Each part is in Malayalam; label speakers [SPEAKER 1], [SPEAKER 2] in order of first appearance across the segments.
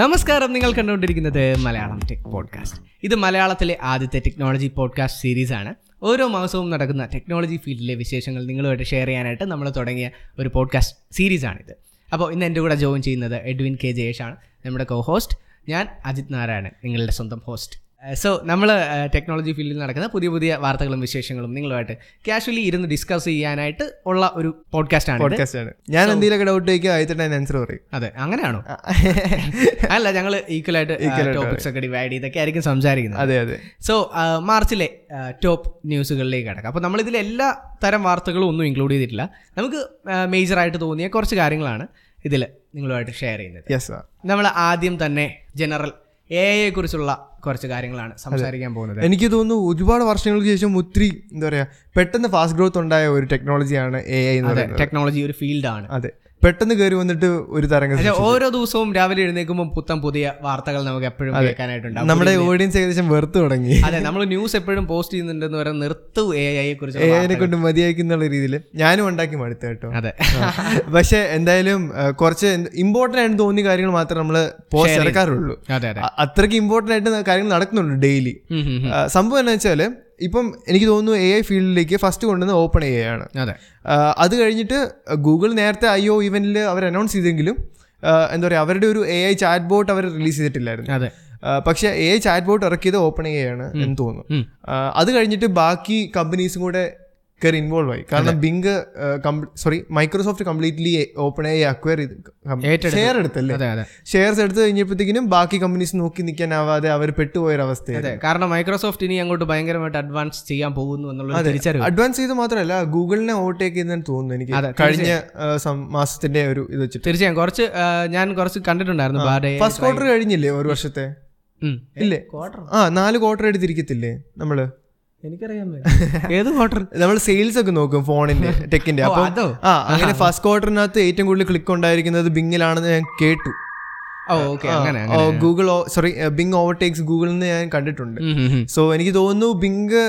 [SPEAKER 1] നമസ്കാരം നിങ്ങൾ കണ്ടുകൊണ്ടിരിക്കുന്നത് മലയാളം ടെക് പോഡ്കാസ്റ്റ് ഇത് മലയാളത്തിലെ ആദ്യത്തെ ടെക്നോളജി പോഡ്കാസ്റ്റ് സീരീസ് ആണ് ഓരോ മാസവും നടക്കുന്ന ടെക്നോളജി ഫീൽഡിലെ വിശേഷങ്ങൾ നിങ്ങളുമായിട്ട് ഷെയർ ചെയ്യാനായിട്ട് നമ്മൾ തുടങ്ങിയ ഒരു പോഡ്കാസ്റ്റ് സീരീസ് ആണിത് അപ്പോൾ ഇന്ന് എൻ്റെ കൂടെ ജോയിൻ ചെയ്യുന്നത് എഡ്വിൻ കെ ജയേഷാണ് നമ്മുടെ കോ ഹോസ്റ്റ് ഞാൻ അജിത് നാരായണൻ നിങ്ങളുടെ സ്വന്തം Uh, ഹോസ്റ്റ് സോ നമ്മൾ ടെക്നോളജി ഫീൽഡിൽ നടക്കുന്ന പുതിയ പുതിയ വാർത്തകളും വിശേഷങ്ങളും നിങ്ങളുമായിട്ട് കാഷ്വലി ഇരുന്ന് ഡിസ്കസ് ചെയ്യാനായിട്ട് ഉള്ള ഒരു പോഡ്കാസ്റ്റ് ആണ്
[SPEAKER 2] പോഡ്കാസ്റ്റ് ആണ് ഞാൻ എന്തെങ്കിലുമൊക്കെ ഡൗട്ട് ചോദിക്കുക ആയിട്ട് ഞാൻ ആൻസർ പറയും
[SPEAKER 1] അതെ അങ്ങനെയാണോ അല്ല ഞങ്ങൾ ഈക്വലായിട്ട് ടോപ്പിക്സ് ഒക്കെ ഡിവൈഡ് ചെയ്തൊക്കെ ആയിരിക്കും സംസാരിക്കുന്നത്
[SPEAKER 2] അതെ അതെ
[SPEAKER 1] സോ മാർച്ചിലെ ടോപ്പ് ന്യൂസുകളിലേക്ക് കിടക്കാം അപ്പോൾ നമ്മളിതിൽ എല്ലാ തരം വാർത്തകളും ഒന്നും ഇൻക്ലൂഡ് ചെയ്തിട്ടില്ല നമുക്ക് മേജറായിട്ട് തോന്നിയ കുറച്ച് കാര്യങ്ങളാണ് ഇതിൽ നിങ്ങളുമായിട്ട് ഷെയർ ചെയ്യുന്നത്
[SPEAKER 2] യെസ് സാർ
[SPEAKER 1] നമ്മൾ ആദ്യം തന്നെ ജനറൽ എ കുറിച്ചുള്ള കുറച്ച് കാര്യങ്ങളാണ് സംസാരിക്കാൻ പോകുന്നത്
[SPEAKER 2] എനിക്ക് തോന്നുന്നു ഒരുപാട് വർഷങ്ങൾക്ക് ശേഷം ഒത്തിരി എന്താ പറയാ പെട്ടെന്ന് ഫാസ്റ്റ് ഗ്രോത്ത് ഉണ്ടായ ഒരു ടെക്നോളജിയാണ് എ ഐ എന്ന്
[SPEAKER 1] അതെ
[SPEAKER 2] പറയുന്നത്
[SPEAKER 1] ടെക്നോളജി ഒരു ഫീൽഡാണ്
[SPEAKER 2] അതെ പെട്ടെന്ന് കയറി വന്നിട്ട് ഒരു തരംഗം
[SPEAKER 1] പക്ഷേ
[SPEAKER 2] സൃഷ്ടിച്ചു.
[SPEAKER 1] ഓരോ ദിവസവും രാവിലെ എഴുന്നേൽക്കുമ്പോൾ പുത്തൻ പുതിയ വാർത്തകൾ നമുക്ക് എപ്പോഴും കേൾക്കാനായിട്ടുണ്ടാവും
[SPEAKER 2] നമ്മുടെ ഓഡിയൻസ് ഏകദേശം വെറുത്ത് തുടങ്ങി
[SPEAKER 1] അതെ നമ്മൾ ന്യൂസ് എപ്പോഴും പോസ്റ്റ് ചെയ്യുന്നുണ്ടെന്ന് പറയാൻ നിർത്തു എ ഐയെ
[SPEAKER 2] എ
[SPEAKER 1] കുറിച്ച്
[SPEAKER 2] ഐനെ കൊണ്ട് മതിയാക്കുന്നുള്ള രീതിയിൽ ഞാനും ഉണ്ടാക്കി മടുത്ത കേട്ടോ
[SPEAKER 1] അതെ
[SPEAKER 2] പക്ഷെ എന്തായാലും ആ, കുറച്ച് ഇമ്പോർട്ടൻ്റ് ആയിട്ട് തോന്നിയ കാര്യങ്ങൾ മാത്രം നമ്മൾ പോസ്റ്റ് ഇറക്കാറുള്ളൂ
[SPEAKER 1] അതെ അതെ
[SPEAKER 2] അ- അത്രയ്ക്ക് ഇമ്പോർട്ടൻ്റ് ആയിട്ട് കാര്യങ്ങൾ നടക്കുന്നുണ്ട് ഡെയിലി
[SPEAKER 1] ഉം, ഉം, ഉം.
[SPEAKER 2] ആ, സംഭവം എന്നാ വെച്ചാൽ ഇപ്പം എനിക്ക് തോന്നുന്നു എ ഐ ഫീൽഡിലേക്ക് ഫസ്റ്റ് കൊണ്ടുവന്ന ഓപ്പൺ എ ഐ ആണ്
[SPEAKER 1] അതെ
[SPEAKER 2] ആ, അത് കഴിഞ്ഞിട്ട് ഗൂഗിൾ നേരത്തെ ഐ ഒ ഇവന്റിൽ അവർ അനൗൺസ് ചെയ്തെങ്കിലും ആ, എന്താ പറയുക അവരുടെ ഒരു എ ഐ ചാറ്റ് ബോട്ട് അവർ റിലീസ് ചെയ്തിട്ടില്ലായിരുന്നു
[SPEAKER 1] അതെ
[SPEAKER 2] ആ, പക്ഷേ എ ഐ ചാറ്റ് ബോട്ട് ഇറക്കിയത് ഓപ്പൺ എ ആണ് എന്ന് തോന്നുന്നു
[SPEAKER 1] ഉം.
[SPEAKER 2] ആ, അത് കഴിഞ്ഞിട്ട് ബാക്കി കമ്പനീസും കൂടെ കയറി ഇൻവോൾവ് ആയി കാരണം Bing sorry Microsoft completely open A acquire ചെയ്ത്
[SPEAKER 1] ഏറ്റെടുത്തു.
[SPEAKER 2] ഷെയർ എടുത്തല്ലേ
[SPEAKER 1] അതെ അതെ
[SPEAKER 2] ഷെയർസ് എടുത്തു കഴിഞ്ഞപ്പോഴത്തേക്കിനും ബാക്കി കമ്പനീസ് നോക്കി നിൽക്കാനാവാതെ അവർ പെട്ടുപോയൊരവസ്ഥയായി
[SPEAKER 1] അതെ കാരണം മൈക്രോസോഫ്റ്റ് ഇനി അങ്ങോട്ട് ഭയങ്കരമായിട്ട് അഡ്വാൻസ് ചെയ്യാൻ പോകുന്നു എന്നുള്ള തിരിച്ചറിവ്
[SPEAKER 2] അഡ്വാൻസ് ചെയ്ത് മാത്രമല്ല ഗൂഗിളിനെ ഓവർടേക്ക് ചെയ്തെന്ന് തോന്നുന്നു
[SPEAKER 1] അതെ,
[SPEAKER 2] എനിക്ക് കഴിഞ്ഞ ആ, സം- മാസത്തിന്റെ ഒരു ഇത് വെച്ചിട്ട്
[SPEAKER 1] തീർച്ചയായും കുറച്ച് ആ, ഞാൻ കുറച്ച് കണ്ടിട്ടുണ്ടായിരുന്നു ബാഡേ
[SPEAKER 2] ഫസ്റ്റ് ക്വാർട്ടർ കഴിഞ്ഞില്ലേ ഒരു വർഷത്തെ ഇല്ലേ ആ നാല് ക്വാർട്ടർ എടുത്തിരിക്കത്തില്ലേ നമ്മള്
[SPEAKER 1] എനിക്കറിയാൻ ഏത് ക്വാർട്ടർ
[SPEAKER 2] നമ്മൾ സെയിൽസ് ഒക്കെ നോക്കും ഫോണിന്റെ ടെക്കിന്റെ അപ്പൊ
[SPEAKER 1] അതോ
[SPEAKER 2] ആ അങ്ങനെ ഫസ്റ്റ് ക്വാർട്ടറിനകത്ത് ഏറ്റവും കൂടുതൽ ക്ലിക്ക് ഉണ്ടായിരിക്കുന്നത് ബിങ്ങിലാണെന്ന് ഞാൻ കേട്ടു
[SPEAKER 1] ഓ ഓക്കെ അങ്ങനെ അങ്ങനെ.
[SPEAKER 2] ഗൂഗിൾ സോറി ബിങ് ഓവർടേക്സ് ഗൂഗിളിൽ നിന്ന് ഞാൻ കണ്ടിട്ടുണ്ട്
[SPEAKER 1] ഉം, ഉം, ഉം.
[SPEAKER 2] സോ എനിക്ക് തോന്നുന്നു ബിങ്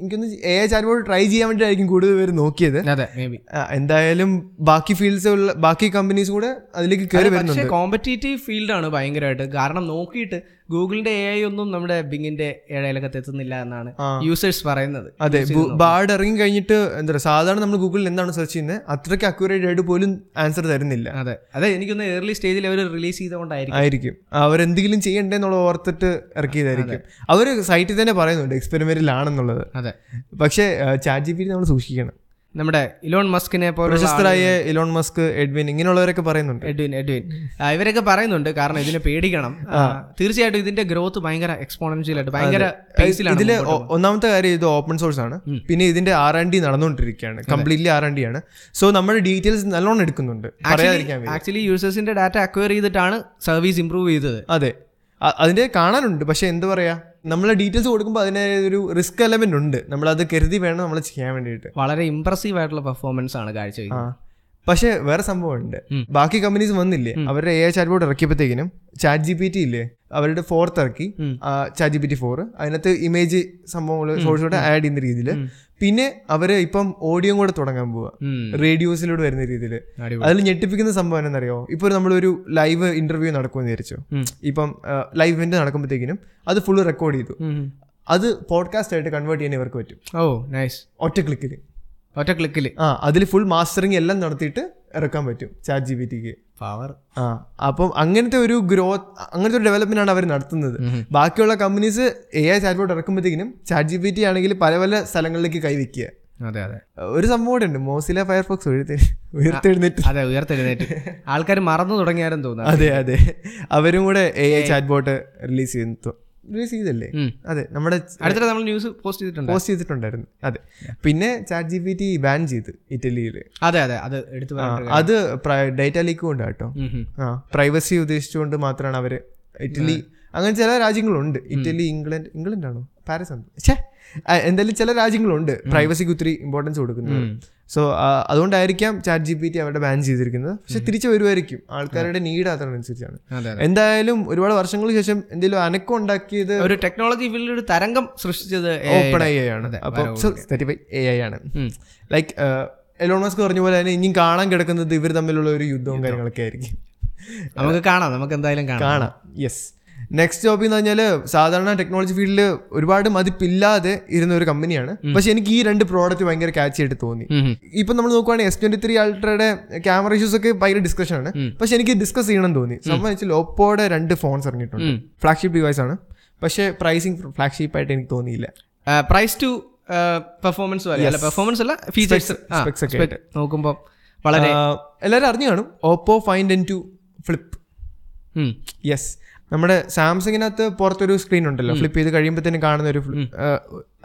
[SPEAKER 2] എനിക്കൊന്ന് എ ചാറ്റ്ബോട്ട് ട്രൈ ചെയ്യാൻ വേണ്ടിയിട്ടായിരിക്കും കൂടുതൽ പേര് നോക്കിയത്
[SPEAKER 1] അതെ മേ ബി
[SPEAKER 2] ആ, എന്തായാലും ബാക്കി ഫീൽഡ്സ് ഉള്ള ബാക്കി കമ്പനീസ് കൂടെ അതിലേക്ക് കയറി വരുന്നുണ്ട്
[SPEAKER 1] പക്ഷേ കോമ്പറ്റേറ്റീവ് ഫീൽഡാണ് ഭയങ്കരമായിട്ട് കാരണം നോക്കിയിട്ട് ഗൂഗിളിന്റെ എ ഐ ഒന്നും നമ്മുടെ ബിങ്ങിന്റെ ഇടയിലൊക്കെ എത്തുന്നില്ല എന്നാണ്
[SPEAKER 2] ആ.
[SPEAKER 1] യൂസേഴ്സ് പറയുന്നത്
[SPEAKER 2] അതെ ബാഡ് ഇറങ്ങി കഴിഞ്ഞിട്ട് എന്താ പറയുക സാധാരണ നമ്മൾ ഗൂഗിളിൽ എന്താണ് സെർച്ച് ചെയ്യുന്നത് അത്രയ്ക്ക് അക്യൂറേറ്റ് ആയിട്ട് പോലും ആൻസർ തരുന്നില്ല
[SPEAKER 1] അതെ അതെ എനിക്കൊന്ന് ഏർലി സ്റ്റേജിൽ അവർ റിലീസ് ചെയ്തുകൊണ്ടായിരിക്കും
[SPEAKER 2] ആയിരിക്കും അവരെന്തെങ്കിലും ചെയ്യണ്ടേ എന്നുള്ള ഓർത്തിട്ട് ഇറക്കിയതായിരിക്കും അവർ സൈറ്റിൽ തന്നെ പറയുന്നുണ്ട് എക്സ്പെരിമെന്റിലാണെന്നുള്ളത്
[SPEAKER 1] അതെ
[SPEAKER 2] പക്ഷേ ചാറ്റ് ജി പി നമ്മൾ സൂക്ഷിക്കണം
[SPEAKER 1] നമ്മുടെ ഇലോൺ മസ്കിനെ പോലുള്ള
[SPEAKER 2] പ്രശസ്തരായ ഇലോൺ മസ്ക് എഡ്വിൻ ഇങ്ങനെയുള്ളവരൊക്കെ പറയുന്നുണ്ട്
[SPEAKER 1] എഡ്വിൻ എഡ്വിൻ ആ, ഇവരൊക്കെ പറയുന്നുണ്ട് കാരണം ഇതിനെ പേടിക്കണം ആ, തീർച്ചയായിട്ടും ഇതിന്റെ ഗ്രോത്ത് ഭയങ്കര എക്സ്പോണൻഷ്യൽ ആയിട്ട് ഭയങ്കര പേസിലാണ്
[SPEAKER 2] ഇതില് ഒ- ഒന്നാമത്തെ കാര്യം ഇത് ഓപ്പൺ സോഴ്സ് ആണ് പിന്നെ ഇതിന്റെ ആർ ആൻഡ് ഡി നടന്നുകൊണ്ടിരിക്കുകയാണ് കംപ്ലീറ്റ്ലി ആർ ആൻഡ് ഡി ആണ് സോ നമ്മുടെ ഡീറ്റെയിൽസ് നല്ലോണം എടുക്കുന്നുണ്ട് പറയാതിരിക്കാൻ വേണ്ടി
[SPEAKER 1] ആക്ച്വലി യൂസേഴ്സിന്റെ ഡാറ്റ അക്വയർ ചെയ്തിട്ടാണ് സർവീസ് ഇംപ്രൂവ് ചെയ്തത്
[SPEAKER 2] അതെ അ- അതിന്റെ കാണാനുണ്ട് പക്ഷെ എന്താ പറയാ നമ്മളെ ഡീറ്റെയിൽസ് കൊടുക്കുമ്പോൾ അതിന് ഒരു റിസ്ക് എലമെന്റ് ഉണ്ട് നമ്മൾ അത് കരുതി വേണം നമ്മൾ ചെയ്യാൻ വേണ്ടിയിട്ട്
[SPEAKER 1] വളരെ ഇംപ്രസീവ് ആയിട്ടുള്ള പെർഫോമൻസ് ആണ് കാഴ്ചവെക്കുന്നത്
[SPEAKER 2] ആ പക്ഷെ വേറെ സംഭവമുണ്ട്
[SPEAKER 1] ഉം.
[SPEAKER 2] ബാക്കി കമ്പനീസ് വന്നില്ലേ അവരുടെ എ ഐ ചാറ്റ് ബോർഡ് ഇറക്കിയപ്പോഴത്തേക്കിനും ചാറ്റ് ജി പി ടി ഇല്ലേ അവരുടെ ഫോർത്ത് ഇറക്കി
[SPEAKER 1] ഉം.
[SPEAKER 2] Chat G P T four അതിനകത്ത് ഇമേജ് സംഭവങ്ങൾ സോഴ്സോടെ ആഡ് ചെയ്യുന്ന രീതിയിൽ പിന്നെ അവര് ഇപ്പം ഓഡിയോ കൂടെ തുടങ്ങാൻ പോവുക
[SPEAKER 1] ഉം,
[SPEAKER 2] റേഡിയോസിലൂടെ വരുന്ന രീതിയിൽ
[SPEAKER 1] അടിപൊളി.
[SPEAKER 2] അതിൽ ഞെട്ടിപ്പിക്കുന്ന സംഭവം എന്നറിയോ ഇപ്പോൾ നമ്മളൊരു ലൈവ് ഇന്റർവ്യൂ നടക്കുമെന്ന് വിചാരിച്ചു
[SPEAKER 1] ഉം.
[SPEAKER 2] ഇപ്പം ലൈവ് ഇവന്റ് നടക്കുമ്പോഴത്തേക്കിനും അത് ഫുള്ള് റെക്കോർഡ് ചെയ്തു
[SPEAKER 1] ഉം.
[SPEAKER 2] അത് പോഡ്കാസ്റ്റ് ആയിട്ട് കൺവേർട്ട് ചെയ്യാൻ ഇവർക്ക് പറ്റും
[SPEAKER 1] ഓ നൈസ്
[SPEAKER 2] ഒറ്റ ക്ലിക്കിൽ
[SPEAKER 1] ഒറ്റ ക്ലിക്കിൽ
[SPEAKER 2] ആ അതിൽ ഫുൾ മാസ്റ്ററിങ് എല്ലാം നടത്തിയിട്ട് ഇറക്കാൻ പറ്റും ചാറ്റ് ജി ബി ടിക്ക്
[SPEAKER 1] പവർ
[SPEAKER 2] ആ അപ്പം അങ്ങനത്തെ ഒരു ഗ്രോത്ത് അങ്ങനത്തെ ഒരു ഡെവലപ്മെന്റ് ആണ് അവർ നടത്തുന്നത്
[SPEAKER 1] ഉം.
[SPEAKER 2] ബാക്കിയുള്ള കമ്പനീസ് എ ഐ ചാറ്റ്ബോട്ട് ഇറക്കുമ്പോഴത്തേക്കിനും ചാറ്റ് ജി ബി ടി ആണെങ്കിൽ പല പല സ്ഥലങ്ങളിലേക്ക് കൈവയ്ക്കുക
[SPEAKER 1] അതെ അതെ
[SPEAKER 2] ഒരു സംഭവം കൂടെ ഉണ്ട് മോസില ഫയർഫോക്സ് ഉയർത്തി ഉയർത്തെഴുന്നേറ്റ്
[SPEAKER 1] അതെ ഉയർത്തെഴുന്നേറ്റ് ആൾക്കാർ മറന്നു തുടങ്ങിയാലും തോന്നുന്നു
[SPEAKER 2] അതെ അതെ അവരും കൂടെ A I chat bot release ചെയ്തു റിലീസ് ചെയ്തല്ലേ
[SPEAKER 1] ഉം.
[SPEAKER 2] അതെ നമ്മുടെ
[SPEAKER 1] അടുത്തിടെ നമ്മൾ ന്യൂസ് പോസ്റ്റ് ചെയ്തിട്ടുണ്ട്
[SPEAKER 2] പോസ്റ്റ് ചെയ്തിട്ടുണ്ടായിരുന്നു അതെ പിന്നെ chat G P T ban ചെയ്ത് ഇറ്റലിയിൽ
[SPEAKER 1] അതെ അതെ അത് എടുത്തു പറയാൻ
[SPEAKER 2] അത് ഡേറ്റ ലീക്ക് കൊണ്ട് കേട്ടോ ആ പ്രൈവസി ഉദ്ദേശിച്ചുകൊണ്ട് മാത്രമാണ് അവര് ഇറ്റലി അങ്ങനെ ചില രാജ്യങ്ങളുണ്ട് ഇറ്റലി ഇംഗ്ലണ്ട് ഇംഗ്ലണ്ട് ആണോ പാരീസ് ആണ് ഛേ ആ, എന്തായാലും ചില രാജ്യങ്ങളുണ്ട് പ്രൈവസിക്ക് ഒത്തിരി ഇമ്പോർട്ടൻസ് കൊടുക്കുന്നത് സോ അതുകൊണ്ടായിരിക്കാം ചാറ്റ് ജി പി ടി അവരുടെ ബാൻ ചെയ്തിരിക്കുന്നത് പക്ഷെ തിരിച്ചു വരുമായിരിക്കും ആൾക്കാരുടെ നീഡ് അതിനനുസരിച്ചാണ്
[SPEAKER 1] അതെ
[SPEAKER 2] എന്തായാലും ഒരുപാട് വർഷങ്ങൾക്ക് ശേഷം എന്തെങ്കിലും അനക്കം ഉണ്ടാക്കിയത്
[SPEAKER 1] ഒരു ടെക്നോളജി ഫീൽഡിൽ ഒരു തരംഗം സൃഷ്ടിച്ചത് AI
[SPEAKER 2] ഓപ്പൺ ഐ ആണ്
[SPEAKER 1] അതെ,
[SPEAKER 2] അപ്പോൾ എ ഐ ആണ് uh,
[SPEAKER 1] ഉം.
[SPEAKER 2] ലൈക്ക് എലോൺ മസ്ക് പറഞ്ഞ പോലെ തന്നെ ഇനിയും കാണാൻ കിടക്കുന്നത് ഇവർ തമ്മിലുള്ള ഒരു യുദ്ധവും കാര്യങ്ങളൊക്കെ ആയിരിക്കും
[SPEAKER 1] നമുക്ക് കാണാം നമുക്ക് എന്തായാലും കാണാം
[SPEAKER 2] കാണാം യെസ് നെക്സ്റ്റ് ജോബ് എന്ന് പറഞ്ഞാൽ സാധാരണ ടെക്നോളജി ഫീൽഡിൽ ഒരുപാട് മതിപ്പില്ലാതെ ഇരുന്ന ഒരു കമ്പനിയാണ് പക്ഷെ എനിക്ക് ഈ രണ്ട് പ്രോഡക്റ്റ് ഭയങ്കര കാച്ച് ആയിട്ട് തോന്നി
[SPEAKER 1] ഉം ഉം.
[SPEAKER 2] ഇപ്പൊ നമ്മൾ നോക്കുവാണെങ്കിൽ എസ് ട്വന്റി ത്രീ അൾട്രയുടെ ക്യാമറ ഇഷ്യൂസ് ഒക്കെ ഭയങ്കര ഡിസ്കഷൻ ആണ് പക്ഷെ എനിക്ക് ഡിസ്കസ് ചെയ്യണം എന്ന് തോന്നി സംഭവം വെച്ചാൽ ഓപ്പോയുടെ രണ്ട് ഫോൺസ് ഇറങ്ങിയിട്ടുണ്ട്
[SPEAKER 1] ഉം.
[SPEAKER 2] ഫ്ലാഗ്ഷിപ്പ് ഡിവൈസ് ആണ് പക്ഷെ പ്രൈസിങ് ഫ്ലാഗ്ഷിപ്പ് ആയിട്ട് എനിക്ക് തോന്നിയില്ല
[SPEAKER 1] പ്രൈസ് ടു പെർഫോമൻസ് പോലെ അല്ല പെർഫോമൻസ് അല്ല ഫീച്ചേഴ്സ്
[SPEAKER 2] specs ഒക്കെ
[SPEAKER 1] നോക്കുമ്പോൾ വളരെ
[SPEAKER 2] ആ, എല്ലാവരും അറിഞ്ഞു കാണും Oppo Find N two flip
[SPEAKER 1] ഉം.
[SPEAKER 2] യെസ് നമ്മുടെ സാംസങ്ങിനകത്ത് പുറത്തൊരു സ്ക്രീൻ ഉണ്ടല്ലോ ഫ്ലിപ്പ് ചെയ്ത് കഴിയുമ്പോഴത്തേനും കാണുന്ന ഒരു flip- ആ,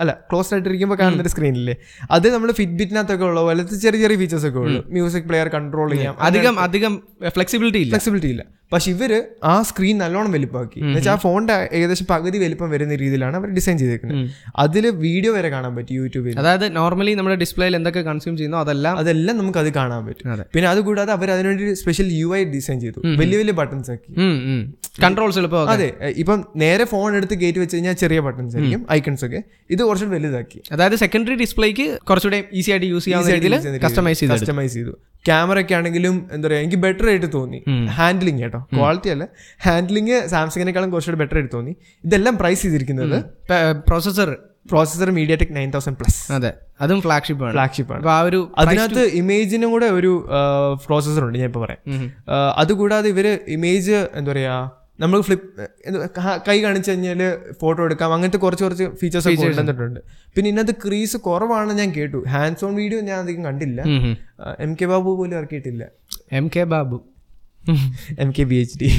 [SPEAKER 2] അല്ല ക്ലോസ് ആയിട്ടിരിക്കുമ്പോൾ കാണുന്ന ഒരു സ്ക്രീനില്ലേ അത് നമ്മൾ ഫിറ്റ്ബിറ്റിനകത്തൊക്കെ ഉള്ള പോലെ ചെറിയ ചെറിയ ഫീച്ചേഴ്സ് ഒക്കെ ഉള്ളൂ മ്യൂസിക് പ്ലെയർ കൺട്രോൾ ചെയ്യാം
[SPEAKER 1] അധികം അധികം ഫ്ലെക്സിബിലിറ്റി ഇല്ല
[SPEAKER 2] ഫ്ലെക്സിബിലിറ്റി ഇല്ല പക്ഷെ ഇവര് ആ സ്ക്രീൻ നല്ലോണം വലുപ്പമാക്കി എന്നുവെച്ചാൽ ആ ഫോണിന്റെ ഏകദേശം പകുതി വലുപ്പം വരുന്ന രീതിയിലാണ് അവർ ഡിസൈൻ ചെയ്തേക്കുന്നത് അതിൽ വീഡിയോ വരെ കാണാൻ പറ്റും യൂട്യൂബിൽ
[SPEAKER 1] അതായത് നോർമലി നമ്മുടെ ഡിസ്പ്ലേയിൽ എന്തൊക്കെ കൺസ്യൂം ചെയ്യുന്നോ അതെല്ലാം
[SPEAKER 2] അതെല്ലാം നമുക്ക് അത് കാണാൻ പറ്റും
[SPEAKER 1] അതെ.
[SPEAKER 2] പിന്നെ അതുകൂടാതെ അവർ അതിനുവേണ്ടി സ്പെഷ്യൽ യു ഐ ഡിസൈൻ ചെയ്തു വലിയ വലിയ ബട്ടൺസ് ആക്കി
[SPEAKER 1] കൺട്രോൾസ് എളുപ്പമാക്കും
[SPEAKER 2] അതെ എ, ഇപ്പം നേരെ ഫോൺ എടുത്ത് ഗേറ്റ് വെച്ച് കഴിഞ്ഞാൽ ചെറിയ ബട്ടൺസ് ആയിരിക്കും ഐക്കൺസ് ഒക്കെ ഇത് കുറച്ചുകൂടി വലുതാക്കി
[SPEAKER 1] അതായത് സെക്കൻഡറി ഡിസ്പ്ലേക്ക് കുറച്ചുകൂടെ ഈസി ആയിട്ട് യൂസ് ചെയ്യാവുന്ന രീതിയിൽ കസ്റ്റമൈസ് ചെയ്ത്
[SPEAKER 2] കസ്റ്റമൈസ് ചെയ്തു ക്യാമറ ഒക്കെ ആണെങ്കിലും എന്താ പറയുക എനിക്ക് ബെറ്റർ ആയിട്ട് തോന്നി ഹാൻഡ്ലിങ് കേട്ടോ ക്വാളിറ്റി അല്ല ഹാൻഡ്ലിങ് സാംസങ്ങിനേക്കാളും കുറച്ചുകൂടി ബെറ്റർ ആയിട്ട് തോന്നി ഇതെല്ലാം പ്രൈസ് ചെയ്തിരിക്കുന്നത്
[SPEAKER 1] processor
[SPEAKER 2] processor MediaTek nine thousand plus
[SPEAKER 1] അതെ അതും ഫ്ലാഗ്ഷിപ്പ് ആണ്
[SPEAKER 2] ഫ്ലാഗ്ഷിപ്പ് ആണ്
[SPEAKER 1] അപ്പൊ ആ ഒരു
[SPEAKER 2] അതിനകത്ത് ഇമേജിനും കൂടെ ഒരു പ്രോസസർ ഉണ്ട് ഞാൻ ഇപ്പോൾ പറയാം ആ, അതുകൂടാതെ ഇവര് ഇമേജ് എന്താ പറയാ നമ്മൾ ഫ്ലിപ്പ് കൈ കാണിച്ചു കഴിഞ്ഞാൽ ഫോട്ടോ എടുക്കാം അങ്ങനത്തെ കുറച്ച് കുറച്ച് ഫീച്ചേഴ്സ് ഒക്കെ കൊണ്ടുവന്നിട്ടുണ്ട് പിന്നെ ഇതിനകത്ത് ക്രീസ് കുറവാണെന്ന് ഞാൻ കേട്ടു ഹാൻഡ്സ് ഓൺ വീഡിയോ ഞാൻ അധികം കണ്ടില്ല എം കെ ബാബു പോലും ഇറക്കിയിട്ടില്ല
[SPEAKER 1] M K Babu
[SPEAKER 2] M K B H D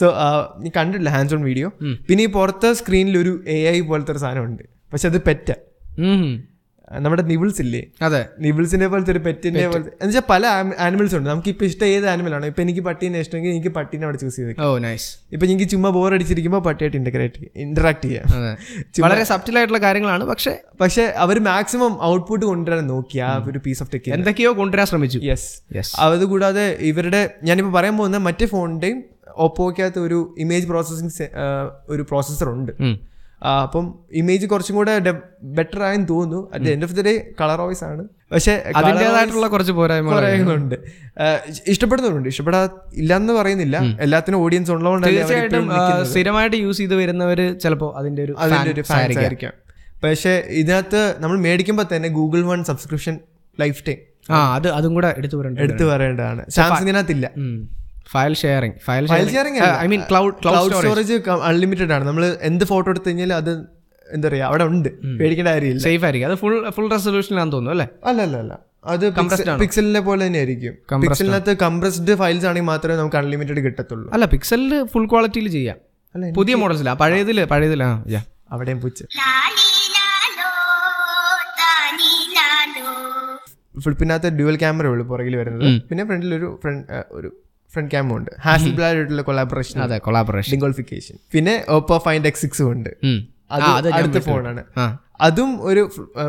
[SPEAKER 2] so കണ്ടിട്ടില്ല ഹാൻഡ്സ് ഓൺ വീഡിയോ പിന്നെ ഈ പുറത്തെ സ്ക്രീനിൽ ഒരു എ ഐ പോലത്തെ ഒരു സാധനമുണ്ട് പക്ഷെ അത് പെറ്റ
[SPEAKER 1] ഉം.
[SPEAKER 2] നമ്മുടെ നിവിൾസ് ഇല്ലേ
[SPEAKER 1] അതെ
[SPEAKER 2] നിബിൾസിനെ പോലത്തെ ഒരു പെറ്റിനെ പോലത്തെ എന്നുവെച്ചാൽ പല ആനിമൽസ് ഉണ്ട് നമുക്ക് ഇപ്പം ഇഷ്ടം ഏത് ആനിമലാണ് ഇപ്പം എനിക്ക് പട്ടീനെ ഇഷ്ടമെങ്കിൽ എനിക്ക് പട്ടീനെ അവിടെ ചൂസ് ചെയ്ത്
[SPEAKER 1] ഓ നൈസ്
[SPEAKER 2] ഇപ്പം എനിക്ക് ചുമ്മാ ബോർ അടിച്ചിരിക്കുമ്പോൾ പട്ടിയായിട്ട് ഇൻ്റഗ്രേറ്റ് ഇൻറ്ററാക്ട് ചെയ്യാം
[SPEAKER 1] അതെ വളരെ സബ്റ്റിലായിട്ടുള്ള കാര്യങ്ങളാണ് പക്ഷെ
[SPEAKER 2] പക്ഷെ അവർ മാക്സിമം ഔട്ട്പുട്ട് കൊണ്ടുവരാൻ നോക്കി ആ ഒരു പീസ് ഓഫ് ടെക്
[SPEAKER 1] എന്തൊക്കെയോ കൊണ്ടുവരാൻ ശ്രമിച്ചു
[SPEAKER 2] യെസ്
[SPEAKER 1] യെസ്
[SPEAKER 2] അതുകൂടാതെ ഇവരുടെ ഞാനിപ്പോൾ പറയാൻ പോകുന്ന മറ്റേ ഫോണിൻ്റെയും ഒപ്പോയ്ക്കകത്ത് ഒരു ഇമേജ് പ്രോസസ്സിങ് ഒരു പ്രോസസ്സർ ഉണ്ട് ആ, അപ്പം ഇമേജ് കുറച്ചും കൂടെ ബെറ്റർ ആയെന്ന് തോന്നുന്നു at end of the day colour voice ആണ് പക്ഷേ colour
[SPEAKER 1] അതിൻ്റെതായിട്ടുള്ള കുറച്ച് പോരായ്മ
[SPEAKER 2] കുറേകളുണ്ട് ഇഷ്ടപ്പെടുന്നവരുണ്ട് ഇഷ്ടപ്പെടാ ഇല്ലെന്ന് പറയുന്നില്ല എല്ലാത്തിനും ഓഡിയൻസ് ഉള്ളതുകൊണ്ടല്ലേ അവര്
[SPEAKER 1] തീർച്ചയായിട്ടും
[SPEAKER 2] ഇപ്പോഴും
[SPEAKER 1] ആ, സ്ഥിരമായിട്ട് യൂസ് ചെയ്ത് വരുന്നവര് ചിലപ്പോ അതിന്റെ ഒരു
[SPEAKER 2] അതിന്റെ
[SPEAKER 1] fan
[SPEAKER 2] ഒരു ഫാൻസ്
[SPEAKER 1] ആയിരിക്കാം.
[SPEAKER 2] ആയിരിക്കാം പക്ഷേ ഇതിനകത്ത് നമ്മൾ മേടിക്കുമ്പോൾ തന്നെ Google One subscription lifetime
[SPEAKER 1] ആ അത് അതും കൂടെ എടുത്തു വരണ്ട
[SPEAKER 2] എടുത്തു പറയേണ്ടതാണ് സാംസങ്ങിനകത്തില്ല
[SPEAKER 1] file sharing file
[SPEAKER 2] file sharing
[SPEAKER 1] I mean cloud
[SPEAKER 2] cloud storage unlimited ആണ് നമ്മൾ എന്ത് ഫോട്ടോ എടുത്തു കഴിഞ്ഞാൽ അത് എന്താ പറയാ അവിടെ ഉണ്ട് പേടിക്കേണ്ട കാര്യമില്ല
[SPEAKER 1] സേഫ് ആയിരിക്കും അത് ഫുൾ ഫുൾ റെസൊല്യൂഷനിലാന്ന് തോന്നുന്നു അല്ലേ
[SPEAKER 2] അല്ല അല്ല അല്ല അത് പിക്സലിനെ പോലെ തന്നെ ആയിരിക്കും പിക്സലിനകത്ത് കംപ്രസ്ഡ് ഫയൽസ് ആണെങ്കിൽ മാത്രമേ നമുക്ക് അൺലിമിറ്റഡ് കിട്ടത്തുള്ളൂ
[SPEAKER 1] അല്ല പിക്സലിൽ ഫുൾ ക്വാളിറ്റിയിൽ ചെയ്യാം
[SPEAKER 2] അല്ല,
[SPEAKER 1] പുതിയ മോഡൽസിലാ പഴയതില് പഴയതിലാ yeah.
[SPEAKER 2] അവിടെയും പൂച്ച
[SPEAKER 3] ലാലിലാലോ താനിലാലോ
[SPEAKER 2] ഫ്ലിപ്പിനകത്ത് ഡ്യുവൽ ക്യാമറ ഉള്ളൂ പുറകിൽ വരുന്നത് പിന്നെ ഫ്രണ്ടിൽ ഒരു ഫ്രണ്ട് ഒരു ഫ്രണ്ട് ക്യാമറ ഉണ്ട് ഹാസിൽ ബ്ലാഡായിട്ടുള്ള കൊളാബറേഷൻ
[SPEAKER 1] അതെ കൊളാബറേഷൻ
[SPEAKER 2] ഡിംഗോൾഫിക്കേഷൻ പിന്നെ ഓപ്പോ ഫൈൻഡ് എക്സ് സിക്സും ഉണ്ട് അത് അടുത്ത ഫോണാണ്
[SPEAKER 1] ആ.
[SPEAKER 2] അതും ഒരു